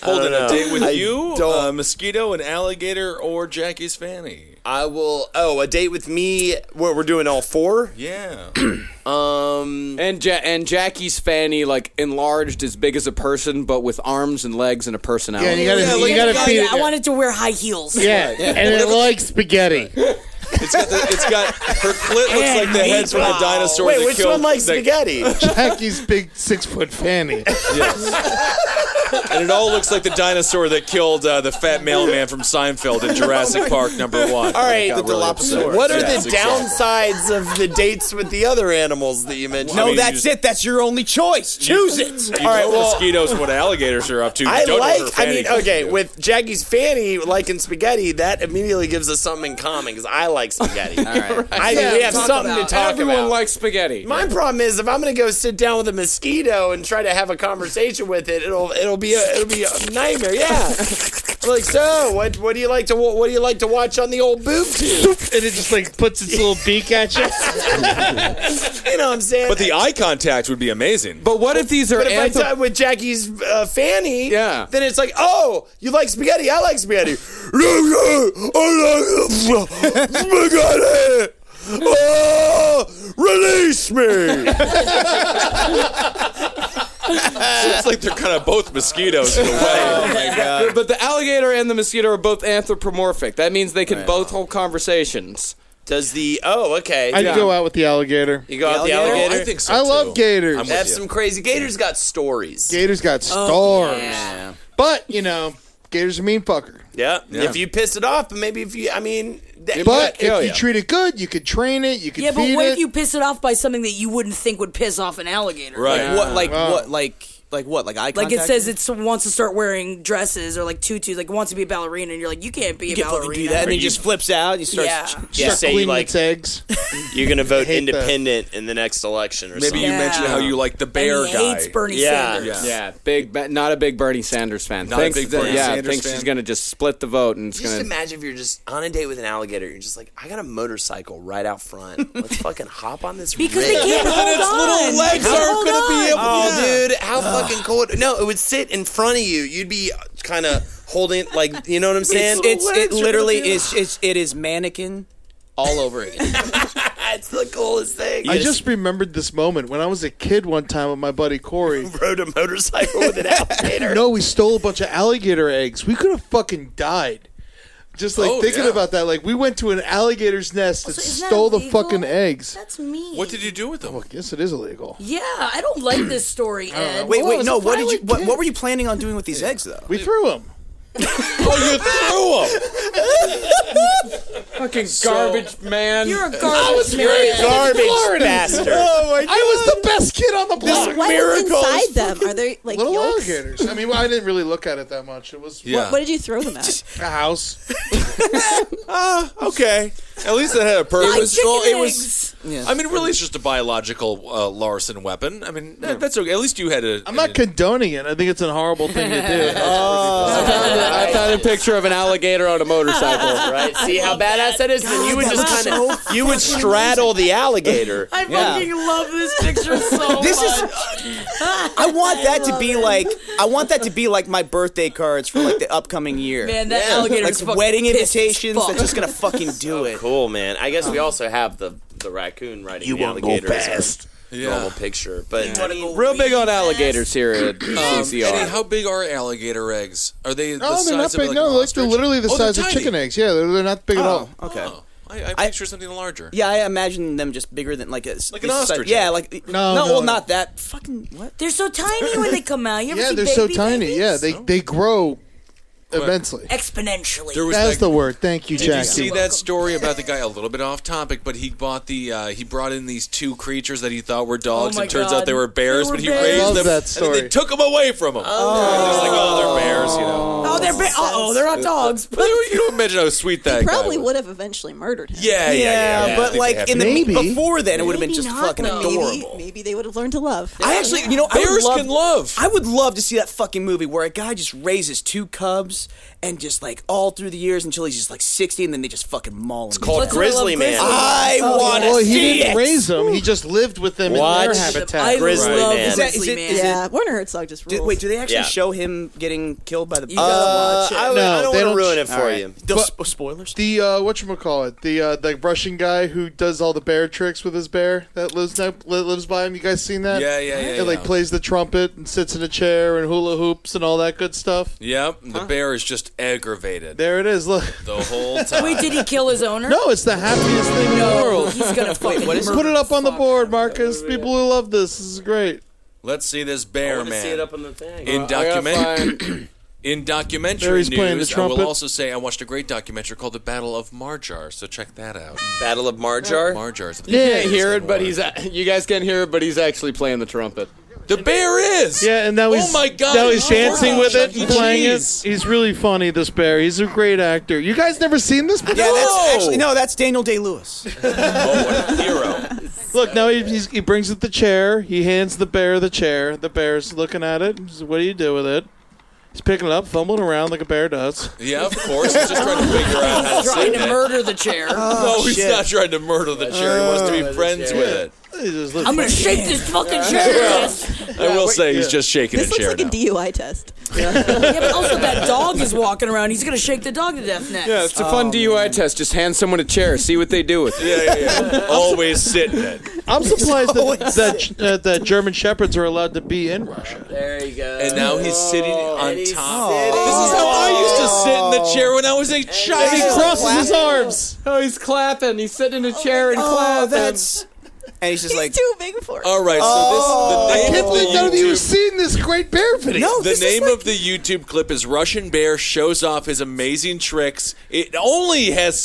Holding I a don't know. date with I you, don't- a mosquito, an alligator, or Jackie's fanny. I will. Oh, a date with me. What we're doing all four? Yeah. Um. And ja- and Jackie's fanny like enlarged as big as a person, but with arms and legs and a personality. Yeah, you gotta, you Yeah, gotta yeah, feed yeah, it. I wanted to wear high heels. yeah, and it likes spaghetti. It's got, the, <clears throat> it's got her clit looks like the head from the meatball. dinosaur. Wait, that which killed, one likes that- spaghetti? Jackie's big six foot fanny. And it all looks like the dinosaur that killed uh, the fat mailman from Seinfeld <laughs> in Jurassic Park number one. Oh All right, Got the really upset. Dilophosaurus. What are Yeah, the exactly. downsides of the dates with the other animals that you mentioned? No, I mean, that's you just- it. That's your only choice. Choose it. <laughs> You All right, know well- mosquitoes what alligators are up to. You I don't know what her like. I fanny mean, can okay, do. with Jackie's fanny liking spaghetti, that immediately gives us something in common because I <laughs> like spaghetti. I think we have talk something about to talk Everyone about. likes spaghetti. My problem is if I'm going to go sit down with a mosquito and try to have a conversation with it, it'll it'll be a, it'll be a nightmare. <laughs> Yeah. like so, what what do you like to wa- what do you like to watch on the old boob tube? and it just like puts its little beak <laughs> at you. You know what I'm saying? but the eye contact would be <laughs> amazing. But what if these are But if I anthrop- talk with Jackie's uh, Fanny, Yeah. then it's like, oh, you like spaghetti? I like spaghetti. <laughs> I <laughs> like spaghetti. <laughs> Uh, Oh, release me. it's like they're kind of both mosquitoes in a way. but the alligator and the mosquito are both anthropomorphic. That means they can both hold conversations. Does the oh okay? I'd go out with the alligator. you go out the Oh, alligator. I think so. I too. love gators. I'm with Have you. some crazy gators got stories. Gators got Oh, stars. But, you know, gators are mean fucker. Yeah. Yeah. If you piss it off, maybe if you, I mean, that, But if kill you ya. treat it good, you could train it, you could Yeah, but feed what it. if you piss it off by something that you wouldn't think would piss off an alligator? Right. What? Like Wow. what? Like like what? Like eye Like contact? it says it wants to start wearing dresses or like tutus, like it wants to be a ballerina, and you're like, you can't be You a can fucking ballerina. do that, and then it just flips out. And you start. Yeah. yeah, Start say you cleaning like its eggs. you're gonna vote hate that. independent in the next election or Maybe something. you Yeah. mentioned how you like the bear And he guy. hates Bernie Yeah. Sanders. Yeah. big, ba- not a big Bernie Sanders fan. Not a thinks big that- Bernie yeah, Sanders thinks fan. she's gonna just split the vote and it's Just gonna. imagine if you're just on a date with an alligator. You're just like, I got a motorcycle right out front. <laughs> Let's fucking hop on this. <laughs> Because they rig." can't hold its on. little legs How- aren't hold gonna be on. able- Oh, Yeah. dude, how fucking cool! would- No, it would sit in front of you. You'd be kind of holding, like, you know what I'm saying? It's, it's it literally is it's it is mannequin all over again. That's the coolest thing. I just remembered this moment when I was a kid one time with my buddy Corey. rode a motorcycle with an alligator. <laughs> no, we stole a bunch of alligator eggs. We could have fucking died. Just like Oh, thinking yeah. about that, like we went to an alligator's nest and isn't that stole the illegal? fucking eggs. That's me. What did you do with them? Yes, it is illegal. Yeah, I don't like this story, Ed. Wait, Oh, wait, it's no. a What did you? violent What, kid. what were you planning on doing with these eggs, though? We threw them. oh, you threw him. Fucking garbage man. You're a garbage I was man. you're a garbage bastard. Oh my I was the best kid on the block. What is inside them? Are they like Little yolks? alligators. I mean, well, I didn't really look at it that much. It was What, what did you throw them at? a house. okay. At least it had a purpose. Like chicken it was. eggs. I mean, really, it's just a biological uh, Larson weapon. I mean, that- that's okay. At least you had a. I'm not condoning it. I think it's a horrible thing to do. I found a picture of an alligator on a motorcycle. <laughs> Right. See how badass that is. Then you would just kind Oh, of you would straddle the alligator. I fucking love this picture <laughs> so This is- much. <laughs> I want that to be like I want that to be like my birthday cards for like the upcoming year. Man, that alligator like is fucking wedding pissed as invitations. fuck. That's just gonna fucking do it. Cool, man. I guess we also have the the raccoon riding You the won't go alligator as our fast. normal picture, but I mean, Real big on alligators here at Um, Eddie, CCR. how big are alligator eggs? Are they the No, size they're not of big. like no, an like ostrich? they're literally the Oh, size of tiny. Oh, chicken eggs. Yeah, they're, they're not big at all. Okay. I, I picture something larger. Yeah, I imagine them just bigger than like a Like an ostrich. Yeah, like no, No, no, well, no. not that fucking what? They're so tiny when they come out. You ever Yeah, see they're so baby tiny. babies? Yeah, they they grow immensely. Exponentially. There was That's like- the word. Thank you, Did Jackie. you see that story about the guy? A little bit off topic, but he bought the uh, he brought in these two creatures that he thought were dogs, my and turns God. out they were bears. They were but he bears. raised Love them, that and then story. they took them away from him. Oh, like, oh, they're bears, you know. oh, they're big. Oh, they're not dogs. But you don't imagine how sweet that guy Probably was. would have eventually murdered him. Yeah, yeah, yeah. Yeah, yeah. I but think they like have in to. the Maybe. before then, it would have been Maybe just not, fucking though. Maybe, adorable. maybe they would have learned to love. I actually, you know, I would bears love, can love. I would love to see that fucking movie where a guy just raises two cubs and just like all through the years until he's just like sixty, and then they just fucking maul him. It's called That's what I love Grizzly Man. grizzly. <laughs> I Oh, want to Well, he see didn't it. raise them. He just lived with them in Watch. their habitat. I Grizzly love Man. Is that- is Grizzly it- is Man. it- yeah, Warner Herzog just rules. Do, wait, do they actually Yeah. show him getting killed by the? You gotta Uh, watch it. I, would, No, I don't they want to don't- ruin it All for right. you. They'll sp- spoilers. The uh, what you call it? The uh, the Russian guy who does all the bear tricks with his bear that lives now, li- lives by him. You guys seen that? Yeah, yeah, yeah, It yeah. like plays the trumpet and sits in a chair and hula hoops and all that good stuff. Yep, the bear is just aggravated There it is. Look, the <laughs> whole time. Wait, did he kill his owner? no, it's the happiest thing in the No, world. he's gonna fucking what is- murder Put it up on the fuck. board, Marcus. People who love this. This is great. Let's see this bear man. on the thing. in <clears throat> document in documentary Barry's playing the news. I will trumpet. also say I watched a great documentary called The Battle of Marjar, so check that out. Battle of Marjar. Marjar's You can't hear it, but he's a- you guys can't hear it, but he's actually playing the trumpet. the bear is. Yeah, and now he's oh my god, now he's oh, dancing wow, with it, Chuck E. and playing Cheese. it. He's really funny. This bear. He's a great actor. You guys never seen this? Before? Yeah, that's No! actually no. That's Daniel Day Lewis. Oh, what a hero! Look, now he, he's, he brings it the chair. He hands the bear the chair. The bear's looking at it. He says, what do you do with it? He's picking it up, fumbling around like a bear does. Yeah, of course. He's just trying to figure out how to Trying save to it. murder the chair. Oh, no, he's not trying to murder the chair. He wants to be friends with it. He just looks- I'm gonna shake this fucking chair. I will say he's just shaking this a looks chair like a now. DUI test. Yeah, but also that dog is walking around. He's gonna shake the dog to death next. Yeah, it's a fun DUI test. Just hand someone a chair, see what they do with it. yeah, yeah, yeah. Always sitting it. <laughs> I'm surprised that that, uh, that German shepherds are allowed to be in Russia. There you go. And now he's sitting on and he's top. sitting- This is how I used to sit in the chair when I was a child. He crosses his arms. Oh, he's clapping. He's sitting in a chair and Oh, clapping. that's. And he's just He's like, too big for it. All right, so this the name Can't of the believe none of you YouTube have seen this great bear video. no, The this is name like- of the YouTube clip is Russian Bear shows off his amazing tricks. It only has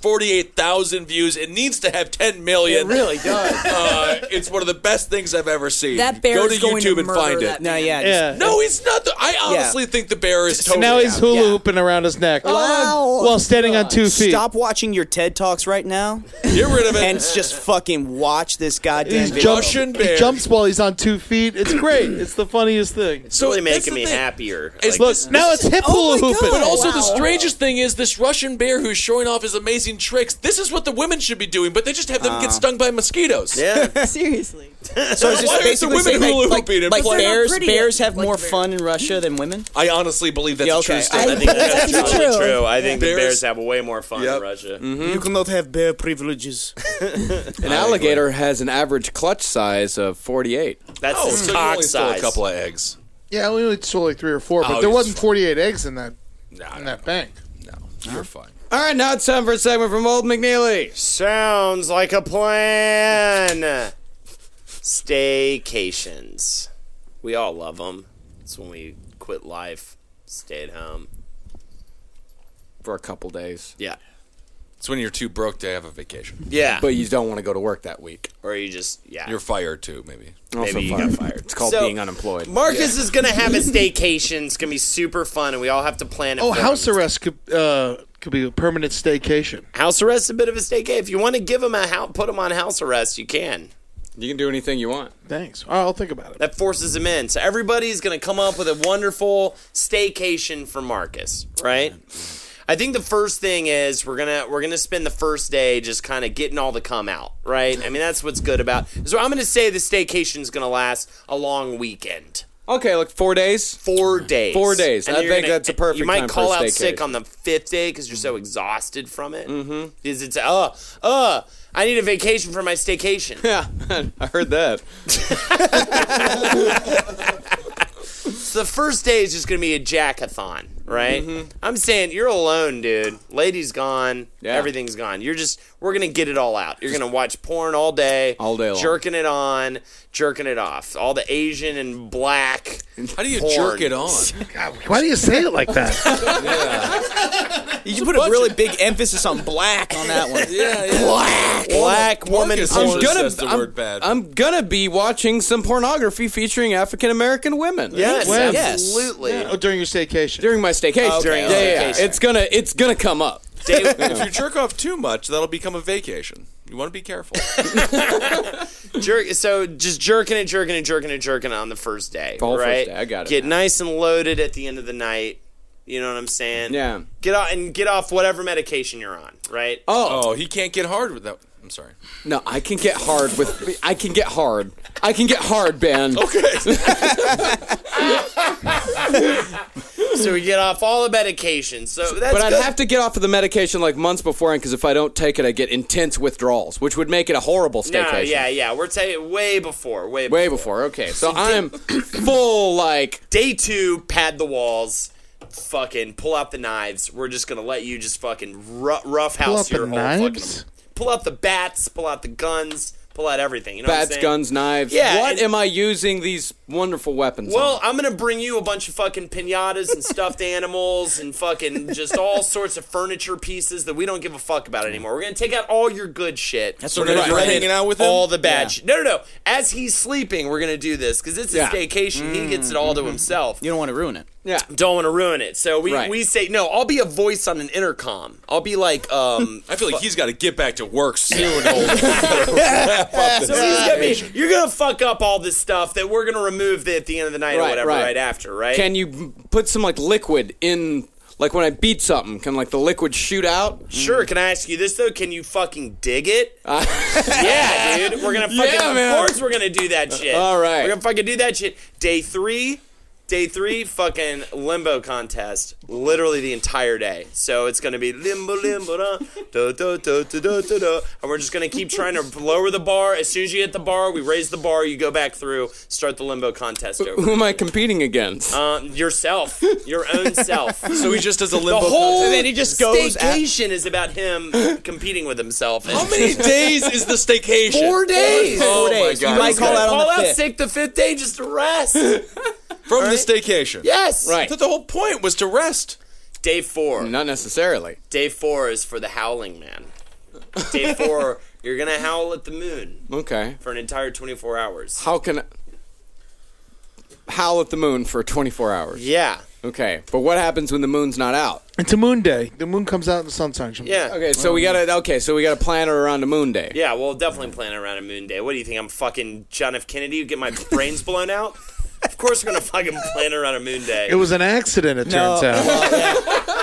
748,000 views. It needs to have 10 million. It really does. <laughs> Uh, it's one of the best things I've ever seen. That bear Go to is going YouTube to and murder find that it. No, yeah. just- Yeah. No, he's not. The, I honestly think the bear is And totally. now he's hula Yeah. hooping around his neck Oh, Wow. while standing on two feet. Stop watching your TED talks right now, Get rid of it. <laughs> and just fucking watch this goddamn He's video. jump- Russian he bear. jumps while he's on two feet. It's great. it's the funniest thing. It's really So that's making the me thing. happier. It's- Like, look, this- Now it's hip Oh hula my hooping. God. But also, the Wow. strangest thing is this Russian bear who's showing off his amazing tricks. This is what the women should be doing, but they just have them get stung by mosquitoes. Ah. yeah. Seriously. So it's Why just aren't the basically women saying, hula like, hooping and like, like playing? bears, They're not pretty bears have like more bears. fun in Russia than women. I honestly believe that's Yeah, a true okay. statement. I think that's That's totally true. true. I think the Bears- Mm-hmm. Bears have way more fun Yep. in Russia. You cannot have bear privileges. An alligator has an average clutch size of 48. That's Oh, his so you cock only stole size. a couple of eggs. Yeah, we only stole like three or four, but Oh, there he's wasn't fine. 48 eggs in that No, in no, that bank. no. You're fine. All right, now it's time for a segment from Old McNeely. Sounds like a plan. Staycations. We all love them. It's when we quit life, stay at home, for a couple days. Yeah. It's when you're too broke to have a vacation. Yeah. But you don't want to go to work that week. Or you just yeah. You're fired too, maybe. Also Maybe you fired. got fired. It's called So, being unemployed. Marcus Yeah. is gonna have a staycation. It's gonna be super fun, and we all have to plan it. Oh, for house him. arrest could uh, could be a permanent staycation. House arrest is a bit of a staycation. If you want to give him a house, put him on house arrest. You can. You can do anything you want. Thanks. All right, I'll think about it. That forces him in. So everybody's going to come up with a wonderful staycation for Marcus, right? I think the first thing is we're gonna we're gonna spend the first day just kind of getting all the come out, right? I mean that's what's good about. So I'm gonna say the staycation is gonna last a long weekend. Okay, like four days. Four days. Four days. And I you're think gonna- that's a perfect. You might time for a call out staycation. Mm-hmm. sick on the fifth day because you're so exhausted from it. Mm-hmm. Is it's uh uh I need a vacation for my staycation. Yeah, <laughs> I heard that. So <laughs> the first day is just going to be a jackathon, right? Mm-hmm. I'm saying you're alone, dude. Lady's gone. Everything's gone. You're just, we're going to get it all out. You're going to watch porn all day. All day long. Jerking it on, jerking it off. All the Asian and black. How do you porn. jerk it on? Why do you say it like that? You put a really big emphasis on black on that one. <laughs> yeah, Black, black woman porn. I'm gonna, I'm, I'm gonna be watching some pornography featuring African American women. Yes, When? absolutely. Oh, during your staycation. During my staycation. Okay, yeah, during your yeah, yeah. staycation. It's gonna it's gonna come up. if you jerk off too much, that'll become a vacation. You want to be careful. Jerk, so just jerking it, jerking it, jerking it, jerking it on the first day, All first right? day, I got it Get now. nice and loaded at the end of the night. You know what I'm saying? Yeah. Get off and get off whatever medication you're on, right? <laughs> Oh. oh, he can't get hard with that. I'm sorry. No, I can get hard with I can get hard. I can get hard, Ben. Okay. so we get off all the medication. So that's but I'd good. have to get off of the medication like months beforehand because if I don't take it, I get intense withdrawals, which would make it a horrible staycation. No, yeah, yeah. We're taking way before, way before. Way before. Okay, <laughs> so I'm full like Day two, pad the walls, fucking pull out the knives. We're just gonna let you just fucking rough, rough Pull out house the your whole fucking. knives? Pull out the bats, pull out the guns, pull out everything. You know what I'm bats, saying? guns, knives. Yeah, What and- am I using these wonderful weapons? Well, on? I'm gonna bring you a bunch of fucking pinatas and stuffed <laughs> animals and fucking just all sorts of furniture pieces that we don't give a fuck about anymore. We're gonna take out all your good shit. That's we're what gonna I'm bring saying. Hanging out with him? all the bad shit. No, no, no. As he's sleeping, we're gonna do this because it's a Yeah. staycation. he gets it all to himself. You don't want to ruin it. yeah. Don't want to ruin it. So we, Right. we say no. I'll be a voice on an intercom. I'll be like um. I feel like he's got to get back to work <laughs> soon. Old. So he's gonna be, you're gonna fuck up all this stuff that we're gonna remove at the end of the night or Right, whatever right. right after, right? Can you m- put some like liquid in? Like when I beat something, can like the liquid shoot out? Sure. Can I ask you this though? Can you fucking <laughs> dig it? yeah, dude. We're gonna fucking. Yeah, of man. course, we're gonna do that shit. All right. We're gonna fucking do that shit. Day three. Day three, fucking limbo contest. Literally the entire day. So it's gonna be limbo, limbo, da, da, da, da, da, da, da, da. And we're just gonna keep trying to lower the bar. As soon as you hit the bar, we raise the bar. You go back through. Start the limbo contest over. Who am I competing against? Uh, yourself, your own self. so he just does a The limbo. whole And then he just goes at- staycation is about him competing with himself. And How <laughs> many days is the staycation? Four days. Oh my god. You might call out on Call the out fifth. sick the fifth day just to rest. from the staycation. yes. I right. thought the whole point was to rest. Day four. Not necessarily. Day four is for the howling man. <laughs> Day four, you're gonna howl at the moon Okay. for an entire 24 hours. How can I howl at the moon for 24 hours? Yeah. Okay, but what happens when the moon's not out? It's a moon day. The moon comes out in the sunshine. Yeah. Okay, so we gotta okay, so we gotta plan it around a moon day. Yeah, well, definitely plan around a moon day. What do you think? I'm fucking John F. Kennedy. You get my brains <laughs> blown out. Of course, we're gonna fucking plan around a moon day. It was an accident, it turns <laughs> out.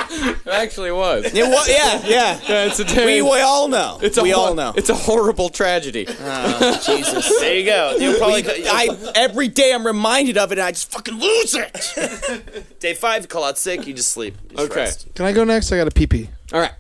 It actually was. Yeah, well, yeah, <laughs> yeah. Yeah, it's a We, we all know. it's a we hor- all know. It's a horrible tragedy. Jesus. There you go. You'll probably I every day I'm reminded of it, and I just fucking lose it. Day five, call out sick. You just sleep. You just Okay. rest. Can I go next? I got a pee pee. All right.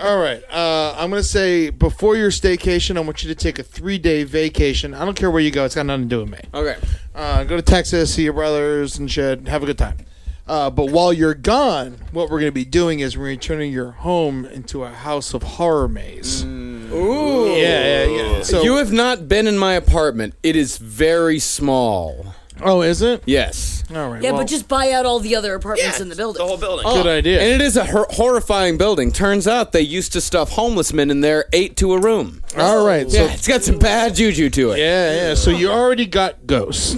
All right. Uh, I'm going to say before your staycation, I want you to take a three day vacation. I don't care where you go, it's got nothing to do with me. Okay. Uh, go to Texas, see your brothers and shit, have a good time. Uh, but while you're gone, what we're going to be doing is we're turning your home into a house of horror maze. Ooh. Mm. Yeah, yeah, yeah. So you have not been in my apartment. It is very small. Oh, is it? Yes. All right. yeah, well- but just buy out all the other apartments in the building. The whole building. And it is a hor- horrifying building. Turns out they used to stuff homeless men in there, eight to a room. All right, so- yeah, it's got some bad juju to it. Yeah, yeah. So you already got ghosts,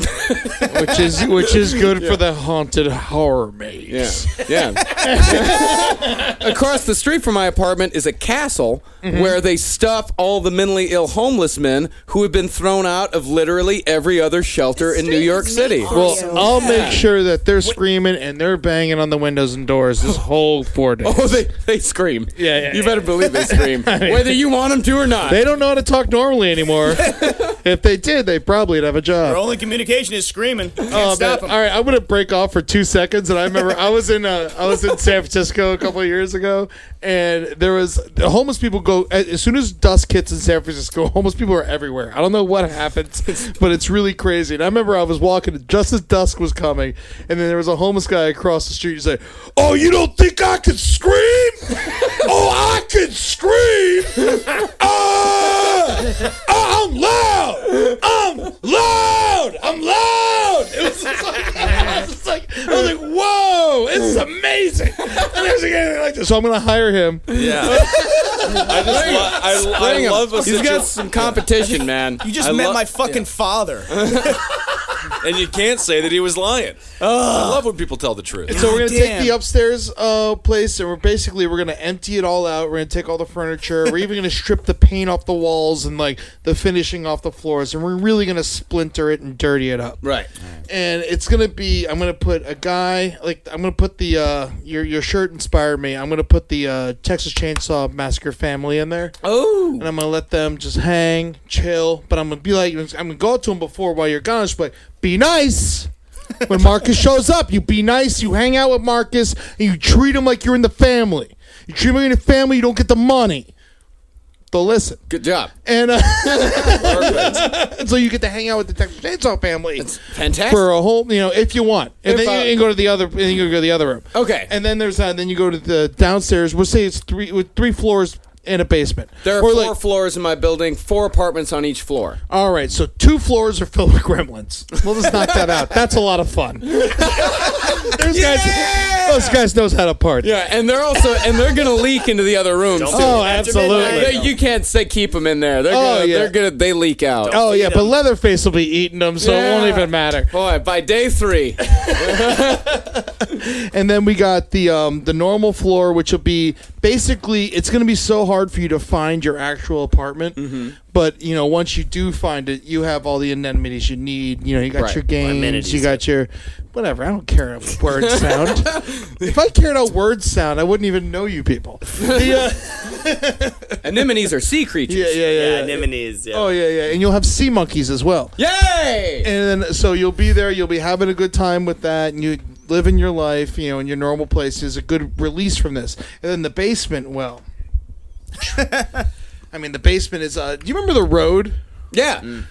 which is which is good for the haunted horror maze. Yeah. <laughs> Across the street from my apartment is a castle where they stuff all the mentally ill homeless men who have been thrown out of literally every other shelter in New York City. Well, I'll make sure that they're screaming and they're banging on the windows and doors this whole four days. <laughs> Oh, they, they scream. Yeah, yeah, You better believe they <laughs> scream, whether you want them to or not. They don't know how to talk normally anymore. if they did, they probably'd have a job. Our only communication is screaming. Can't Oh, man. stop 'em. All <laughs> right, I'm gonna break off for two seconds, and I remember I was in uh, I was in San Francisco a couple of years ago, and there was the homeless people go as as soon as dusk hits in San Francisco, <laughs> homeless people are everywhere. I don't know what happens, <laughs> but it's really crazy. And I remember I was walking just as dusk was coming, and then there was a homeless guy across the street. He's like, "Oh, you don't think I could scream? <laughs> oh, I could scream! <laughs> Ah! Ah, I'm loud! I'm loud! I'm loud!" It was just like, <laughs> I was just like, I was like, "Whoa, this is amazing!" And there's a guy like this, so I'm gonna hire him. Yeah. I just lo- I- I Bring 'em. love a He's got situa- some <laughs> competition, man. You just I met lo- my fucking father. and you can't say that he was lying. I love when people tell the truth. And so we're gonna take the upstairs uh, place, and we're basically we're gonna empty it all out. We're gonna take all the furniture. we're even gonna strip the paint off the walls and like the finishing off the floors, and we're really gonna splinter it and dirty it up. Right. And it's gonna be. I'm gonna put a guy like I'm gonna put the uh, your your shirt inspired me. I'm gonna put the uh, Texas Chainsaw Massacre family in there. Oh. And I'm gonna let them just hang, chill. But I'm gonna be like I'm gonna go to them before while you're gone. Just be like, be nice when Marcus shows up, you be nice, you hang out with Marcus, and you treat him like you're in the family. You treat him like you're in the family, you don't get the money. They'll listen. <laughs> Good job. And, uh, <laughs> and so you get to hang out with the Texas Chainsaw family. fantastic. For a whole, you know, if you want. And If then I- you can go to the other, and you can go to the other room. Okay. And then there's, uh, then you go to the downstairs. We'll say it's three, with three floors and a basement. There are Or four like- floors in my building, four apartments on each floor. all right, so two floors are filled with gremlins. We'll just knock that out. That's a lot of fun. <laughs> Those guys, those guys knows how to party. Yeah, and they're also and they're gonna leak into the other rooms. Don't too. do Oh, that. absolutely. They- you can't say keep them in there. They're Oh, gonna, yeah. they're gonna they leak out. Oh yeah, but Leatherface will be eating them, so it won't Yeah. even matter. Boy, by day three, And then we got the um, the normal floor, which will be basically it's going to be so hard for you to find your actual apartment. But you know, once you do find it, you have all the amenities you need. You know, you got Right. your games, Amenities. you got your whatever. I don't care about word sound. if I cared about word sound, I wouldn't even know you people. anemones are sea creatures. Yeah, yeah, yeah, yeah. anemones. Yeah. Oh yeah, yeah, and you'll have sea monkeys as well. Yay! And then so you'll be there, you'll be having a good time with that, and you live in your life, you know, in your normal place is a good release from this. And then the basement, well, <laughs> I mean, the basement is. Uh, do you remember the road? Yeah.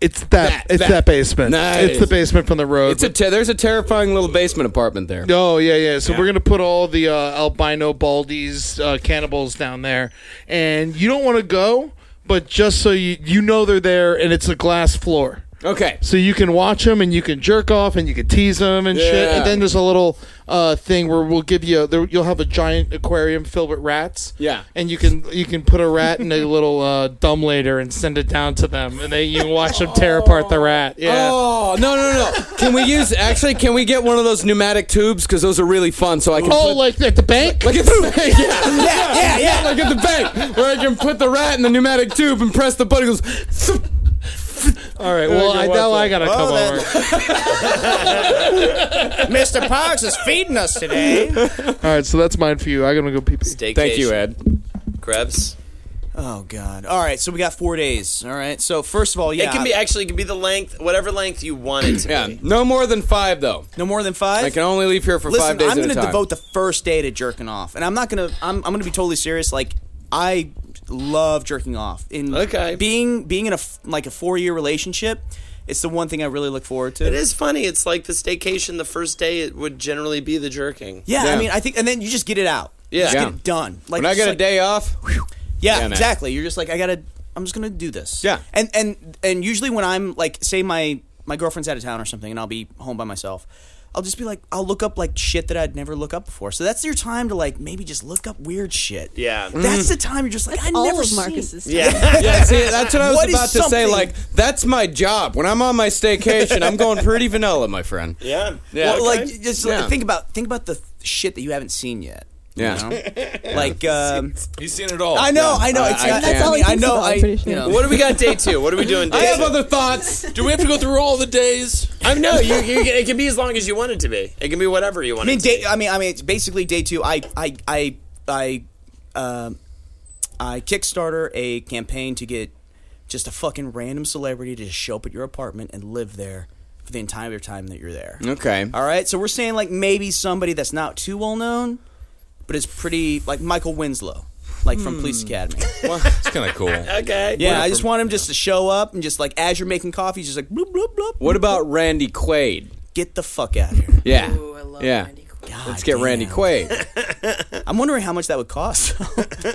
It's that, It's that, basement. Nice. It's the basement from the road. It's a te- there's a terrifying little basement apartment there. Oh yeah, yeah. So we're gonna put all the uh, albino baldies, uh, cannibals down there, and you don't want to go, but just so you you know they're there, and it's a glass floor. Okay. So you can watch them, and you can jerk off, and you can tease them and shit. Yeah. And then there's a little uh, thing where we'll give you a, there, you'll have a giant aquarium filled with rats. Yeah. And you can you can put a rat in a little uh, dumb later and send it down to them, and they you can watch them tear apart the rat. Yeah. Oh no no no! Can we use actually? Can we get one of those pneumatic tubes because those are really fun? So I can. Oh, put- like at the bank? Like at the bank, <laughs> yeah, Yeah, yeah, yeah. Like at the bank, where I can put the rat in the pneumatic tube and press the button. It goes. thump. All right. well, I- now I gotta come over. Mr. Parks is feeding us today. All right. So that's mine for you. I'm gonna go pee pee. Thank you, Ed. Krebs. Oh God! All right, so we got four days. All right, so first of all, yeah, It can be actually it can be the length, whatever length you want it to Yeah, be. no more than five though. no more than five. I can only leave here for Listen, five days I'm at gonna a time. devote the first day to jerking off, and I'm not gonna. I'm, I'm gonna be totally serious. Like I love jerking off. In okay, being being in a f- like a four year relationship, it's the one thing I really look forward to. It is funny. It's like the staycation. The first day it would generally be the jerking. Yeah, I mean, I think, and then you just get it out. Yeah. you just Yeah. get it done. when I just get a day off, Yeah, Yeah, man. exactly. You're just like, I gotta. I'm just gonna do this. Yeah. And and and usually when I'm like, say my my girlfriend's out of town or something, and I'll be home by myself. I'll just be like, I'll look up like shit that I'd never look up before. So that's your time to like maybe just look up weird shit. Yeah. Mm. That's the time you're just like, I all never of seen- Marcus's time. Yeah. yeah, see, that's what I was What is about to say. something- Like, that's my job. When I'm on my staycation, I'm going pretty vanilla, my friend. Yeah. Yeah. Well, Okay. like just Yeah. like, think about think about the th- shit that you haven't seen yet. you Yeah. know? <laughs> like um, He's seen it all. I know, I know. I- It's I not, That's can't. all he I thinks know. about, I, I'm pretty sure. you know. What do we got day two? What are we doing day I have two? other thoughts. Do we have to go through all the days? I know you, you. It can be as long as you want it to be. It can be whatever you I want. mean, it to day, I mean, I mean, it's basically day two. I, I, I, I, um, I Kickstarter a campaign to get just a fucking random celebrity to just show up at your apartment and live there for the entire time that you're there. Okay. All right, so we're saying like maybe somebody that's not too well known, but is pretty like Michael Winslow, like from Hmm. Police <laughs> Academy. It's kind of cool. Okay. Yeah, I just want him just to show up and just like as you're making coffee, he's just like bloop bloop bloop. What about Randy Quaid? Get the fuck out of here. Ah, Yeah. yeah. Let's get Randy Quaid. I'm wondering how much that would cost.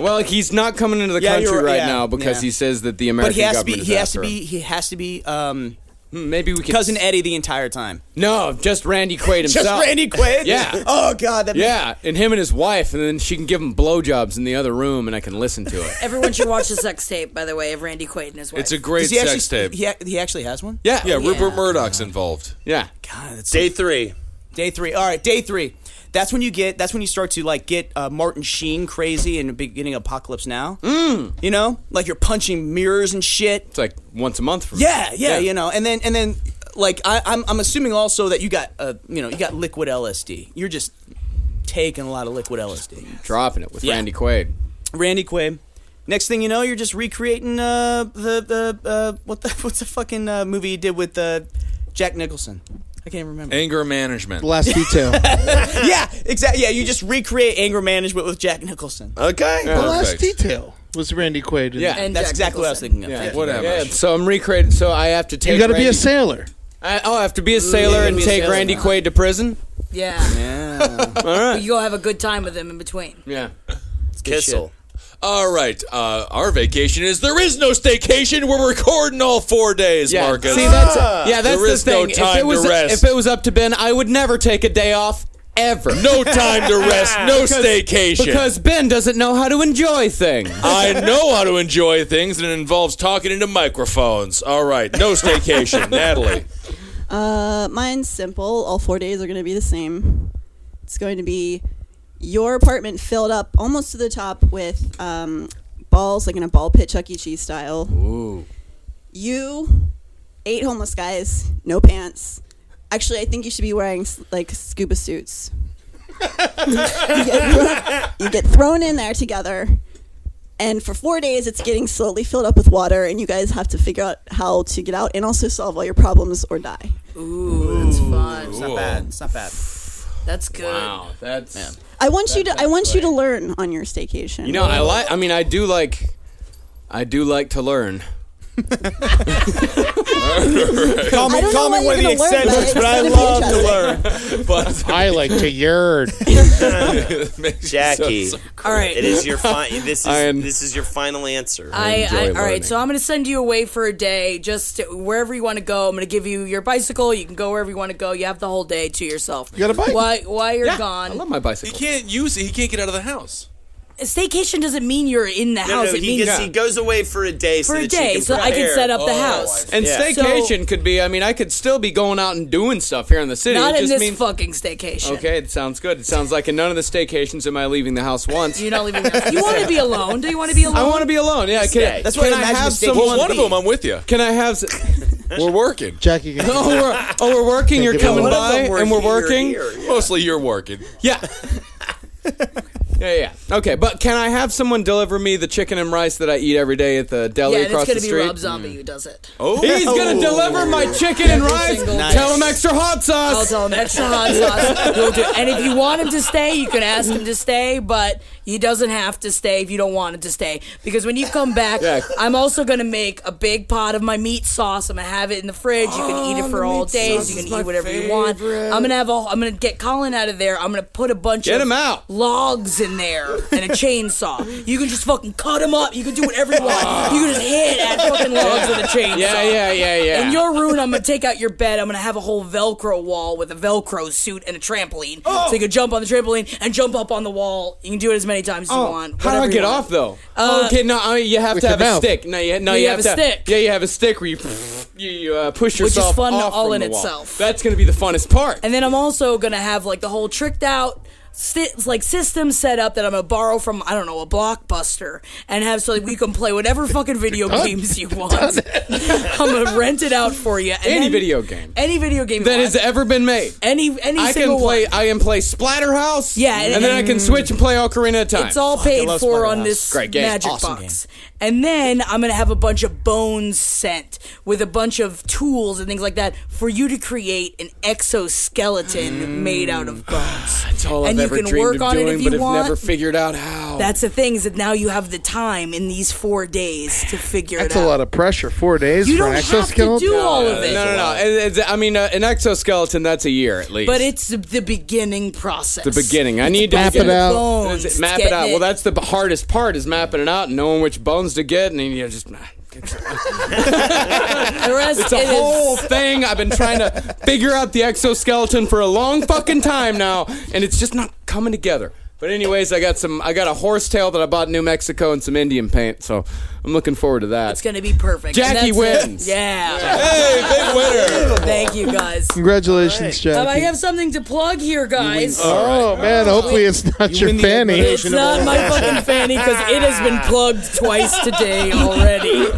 <laughs> well, he's not coming into the Yeah, country you're- right yeah, now because yeah. he says that the American but he has to government be. is He has after to him. be. He has to be. Um, maybe we could cousin Eddie the entire time. No, just Randy Quaid Just himself. Randy Quaid? Yeah. <laughs> Oh, God, that'd be- yeah, and him and his wife, and then she can give him blowjobs in the other room, and I can listen to it. Everyone should watch the sex tape, by the way, of Randy Quaid and his wife. It's a great Does he sex actually, tape. He, ac- he actually has one. Yeah. Yeah, Rupert Yeah. Murdoch's involved. Yeah. day three. Day three. All right, day three. That's when you get. That's when you start to like get uh, Martin Sheen crazy and beginning Apocalypse Now. Mm. You know, like you're punching mirrors and shit. It's like once a month for me. Yeah, yeah, you know, and then and then like I, I'm I'm assuming also that you got uh you know you got liquid LSD. You're just taking a lot of liquid LSD. dropping it with Yeah. Randy Quaid. Randy Quaid. Next thing you know, you're just recreating uh the the uh what the <laughs> what's the fucking uh, movie you did with uh, Jack Nicholson. I can't remember. Eh? Anger management. Last <laughs> detail. yeah, exactly. Yeah, you just recreate anger management with Jack Nicholson. Okay. The last Perfect. detail was Randy Quaid. in Yeah. it. And that's Jack exactly what I was thinking of. Yeah, Thank you. Whatever. Yeah, so I'm recreating. So I have to take. You got to be Randy- a sailor. I, oh, I have to be a sailor gotta and be a take sailor Randy now. Quaid <laughs> to prison. yeah. Yeah. All right. You go have a good time with him in between. Yeah. Kissel. All right, uh, our vacation is there is no staycation. We're recording all four days, Yeah. Marcus. See, that's Ah! Ah. yeah, that's There the is no thing. time if to it was rest. if it was up to Ben, I would never take a day off ever. no time to rest, <laughs> no staycation. because Ben doesn't know how to enjoy things. I know how to enjoy things, and it involves talking into microphones. All right, no <laughs> staycation, Natalie. Uh, mine's simple. All four days are going to be the same. It's going to be your apartment filled up almost to the top with um, balls, like in a ball pit, Chuck E. Cheese style. Ooh. You, eight homeless guys, no pants. Actually, I think you should be wearing s- like scuba suits. you, get thrown, you get thrown in there together, and for four days, it's getting slowly filled up with water, and you guys have to figure out how to get out and also solve all your problems or die. Ooh, that's fun. It's not bad. It's not bad. That's good. Wow, that's I want you to. I want you to learn on your staycation. you know I like. I mean, I do like. I do like <laughs> to learn. Call I me, don't call know me one what of you're the gonna learn, eccentrics, but but I it's love gonna to be learn. But I like to yearn. Jackie. All right. It is your fi- This is Iron. this is your final answer. I, enjoy I all learning. right, so I'm going to send you away for a day, just wherever you want to go. I'm going to give you your bicycle. You can go wherever you want to go. You have the whole day to yourself. You got a bike? Why? While you're I love gone, my he bicycle. can't use it. He can't get out of the house. staycation doesn't mean you're in the no, house. no, it he, means gets, he goes away for a day so for a that you day, can so I can prepare. set up the Oh, house. I And Yeah. staycation could be. I mean, I could still be going out and doing stuff here in the city. Not it in just this means, fucking staycation. Okay, it sounds good. It sounds like in none of the staycations am I leaving the house once. You're not leaving. the house. You want to be alone? Do you <laughs> want to be alone? I want to be alone. Yeah, Stay. can, That's can what I I imagine have the staycation someone? would One of them, I'm with you. Can I have? s- We're working. Jackie. Can Oh, we're, oh, we're working. You're Think about coming it. by, One of them and we're working. working, you're here, yeah. Mostly, you're working. Yeah. yeah, yeah. Okay, but can I have someone deliver me the chicken and rice that I eat every day at the deli Yeah, and it's across gonna the be street? Rob Mm. Zombie who does it. Oh, He's gonna deliver my chicken and Every rice. single Nice. Tell him extra hot sauce. I'll tell him extra hot sauce. He'll do- and if you want him to stay, you can ask him to stay, but You doesn't have to stay if you don't want it to stay. Because when you come back, Yeah. I'm also gonna make a big pot of my meat sauce. I'm gonna have it in the fridge. You can Oh, eat it for all days. You can eat whatever you want. I'm gonna have a. I'm gonna get Colin out of there. I'm gonna put a bunch Get of him out. logs in there and a chainsaw. You can just fucking cut him up. You can do whatever you want. You can just hit at fucking logs with a chainsaw. <laughs> Yeah, yeah, yeah, yeah. In your room, I'm gonna take out your bed. I'm gonna have a whole Velcro wall with a Velcro suit and a trampoline, Oh. so you can jump on the trampoline and jump up on the wall. You can do it as many times as you want. Oh, How do I whatever you get want. off though? Uh, okay, no, I mean, you have With to the have a mouth. stick. No, you, no, You you, have a to, stick. Yeah, you have a stick where you you, you uh, push Which is yourself fun off all from in the wall. itself. That's going to be the funnest part. And then I'm also gonna have like the whole tricked out si- like system set up that I'm gonna borrow from I don't know a blockbuster and have so that we can play whatever fucking video <laughs> done. games you want. <laughs> I'm gonna rent it out for you. And Any then- video game Any video game that you has want. ever been made. Any any I single can play. one. I can play Splatterhouse. Yeah, and, then I can switch and play Ocarina of Time. It's all Fuck, I paid love for Splatterhouse. on this Great game. magic Awesome box. And then I'm going to have a bunch of bones sent with a bunch of tools and things like that for you to create an exoskeleton made out of bones. Mm. <sighs> That's all and I've you ever can dreamed work of on doing, it if but you want. have never figured out how. That's the thing is that now you have the time in these four days to figure That's it a out. lot of pressure. Four days You for don't an have to exoskeleton. do all of it. No, no, no. It- it's- I mean, uh, an exoskeleton. That's a year at least. But it's the- the beginning process. the beginning. I It's need to map get it out. Bones, Is it- map it getting out. it. Well, that's the b- hardest part is mapping it out, and knowing which bones to get, and then you just. The rest It's a it is- whole thing. I've been trying to figure out the exoskeleton for a long fucking time now, and it's just not coming together. But anyways, I got some. I got a horsetail that I bought in New Mexico and some Indian paint, so I'm looking forward to that. It's going to be perfect. Jackie And that's it. wins. Yeah. Hey, <laughs> big winner. Thank you, guys. <laughs> Congratulations, Jack. Um, I have something to plug here, guys. Oh man, hopefully it's not your fanny. It's not my fucking fanny because it has been plugged twice today already.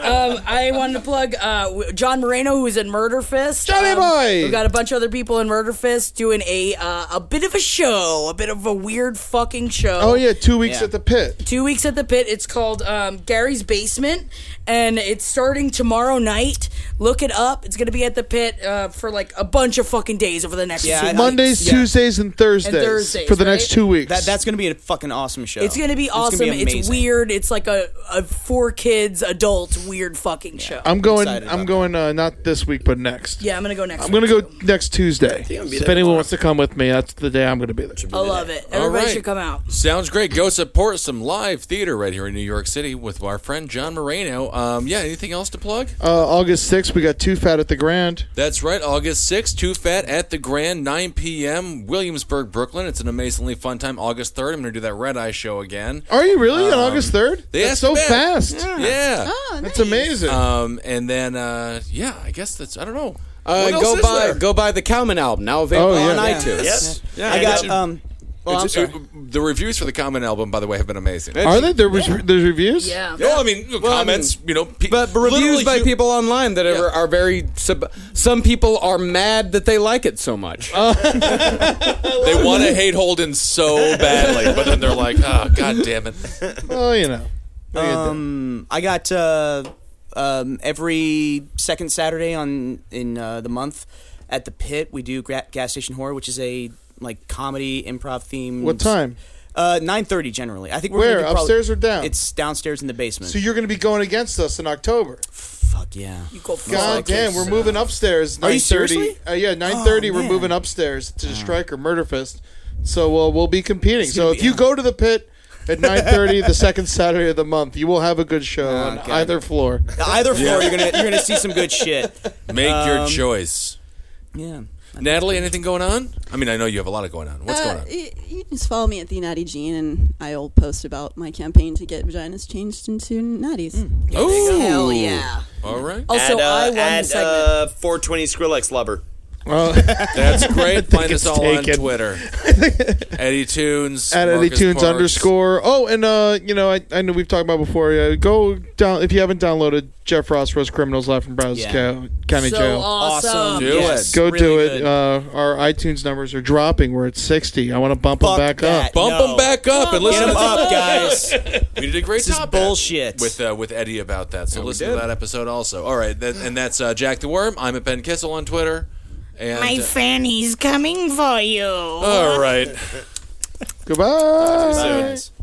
Um, I wanted to plug uh, w- John Moreno, who is in Murder Fist. Johnny boy! We've got a bunch of other people in Murder Fist doing a uh, a bit of a show, a bit of a weird fucking show. Oh yeah, two weeks at the pit. Two weeks at the pit. It's called um, Gary's Basement, and it's starting tomorrow night. Look it up. It's gonna be at the pit uh, for like a bunch of fucking days over the next. So few Mondays, nights. Tuesdays, and Thursdays, And Thursdays, for the right? next two weeks. That- That's going to be a fucking awesome show. It's gonna be awesome. it's amazing. weird. It's like a, a four kids adult weird fucking show. I'm going. I'm going. Uh, not this week, but next. Yeah, I'm gonna go next. I'm gonna go next Tuesday. I'm gonna be If there anyone wants to come with me, that's the day I'm gonna be there. I love it. All Everybody right. should come out. Sounds great. Go support some live theater right here in New York City with our friend John Moreno. Um, yeah, anything else to plug? Uh, August 6th, we got two fat at the Grand. That's right, August 6th, Too Fat at the Grand, 9 p.m., Williamsburg, Brooklyn. It's an amazingly fun time. August 3rd, I'm going to do that red eye show again. Are you really on Um, August 3rd? They That's asked so me back. fast. Ah, Yeah. That's amazing. Um, and then, uh, yeah, I guess that's, I don't know. Uh, What else go is buy there? go buy the Cowman album now available Oh, yeah. on Yeah. iTunes. Yes. Yeah, I I got got you. um. Well, I'm It's- sorry. it- the reviews for the Common album, by the way, have been amazing. Are they? There was there's reviews. Yeah. No, I mean comments. you know, pe- but reviews literally by hu- people online that are, are very. Sub- some people are mad that they like it so much. They want to hate Holden so badly, but then they're like, oh, god damn it. Well, you know. Um, I got uh, um, every second Saturday on in uh, the month at the pit. We do gra- gas station horror, which is a like comedy improv theme. What time? Uh, nine thirty generally. I think we're Where? gonna do probably- Upstairs or down? It's downstairs in the basement. So you're going to be going against us in October. Fuck yeah. You go God damn, we're moving upstairs. 9:30. Are you seriously? Uh, yeah, 9:30. we're moving upstairs to the Striker Murder Fest. So uh, we'll be competing. So if you go to the pit at 9:30 the second Saturday of the month, you will have a good show on either floor. Either floor, you're gonna you're gonna see some good <laughs> shit. Make your Um, choice. Yeah. Natalie, anything going on? I mean, I know you have a lot of going on. What's Uh, going on? y- You can just follow me at the Natty Gene, and I'll post about my campaign to get vaginas changed into natties. Oh, Hell yeah. Oh. All right. Also, Add, uh, I won the add, segment. uh, 420 Skrillex Lubber. That's I great. think Find us it's all taken. on Twitter. Eddie Tunes. at Marcus EddieTunes Parks. underscore. Oh, and uh, you know, I, I know we've talked about before. Uh, go down if you haven't downloaded Jeff Ross Roast Criminals Live from Browns Yeah. Co- County So Jail. awesome. Awesome. Do Yes. it. Go Really do it. good. Uh, our iTunes numbers are dropping. We're at sixty. I want to bump them back up. Bump them back up Get and listen 'em to the- up, guys. <laughs> We did a great This is job bullshit. with uh, with Eddie about that. So Yeah, we listen to did. that episode also. All right, that, and that's uh, Jack the Worm. I'm at Ben Kissel on Twitter. And uh, fanny's coming for you. all right. Goodbye. Talk to you soon.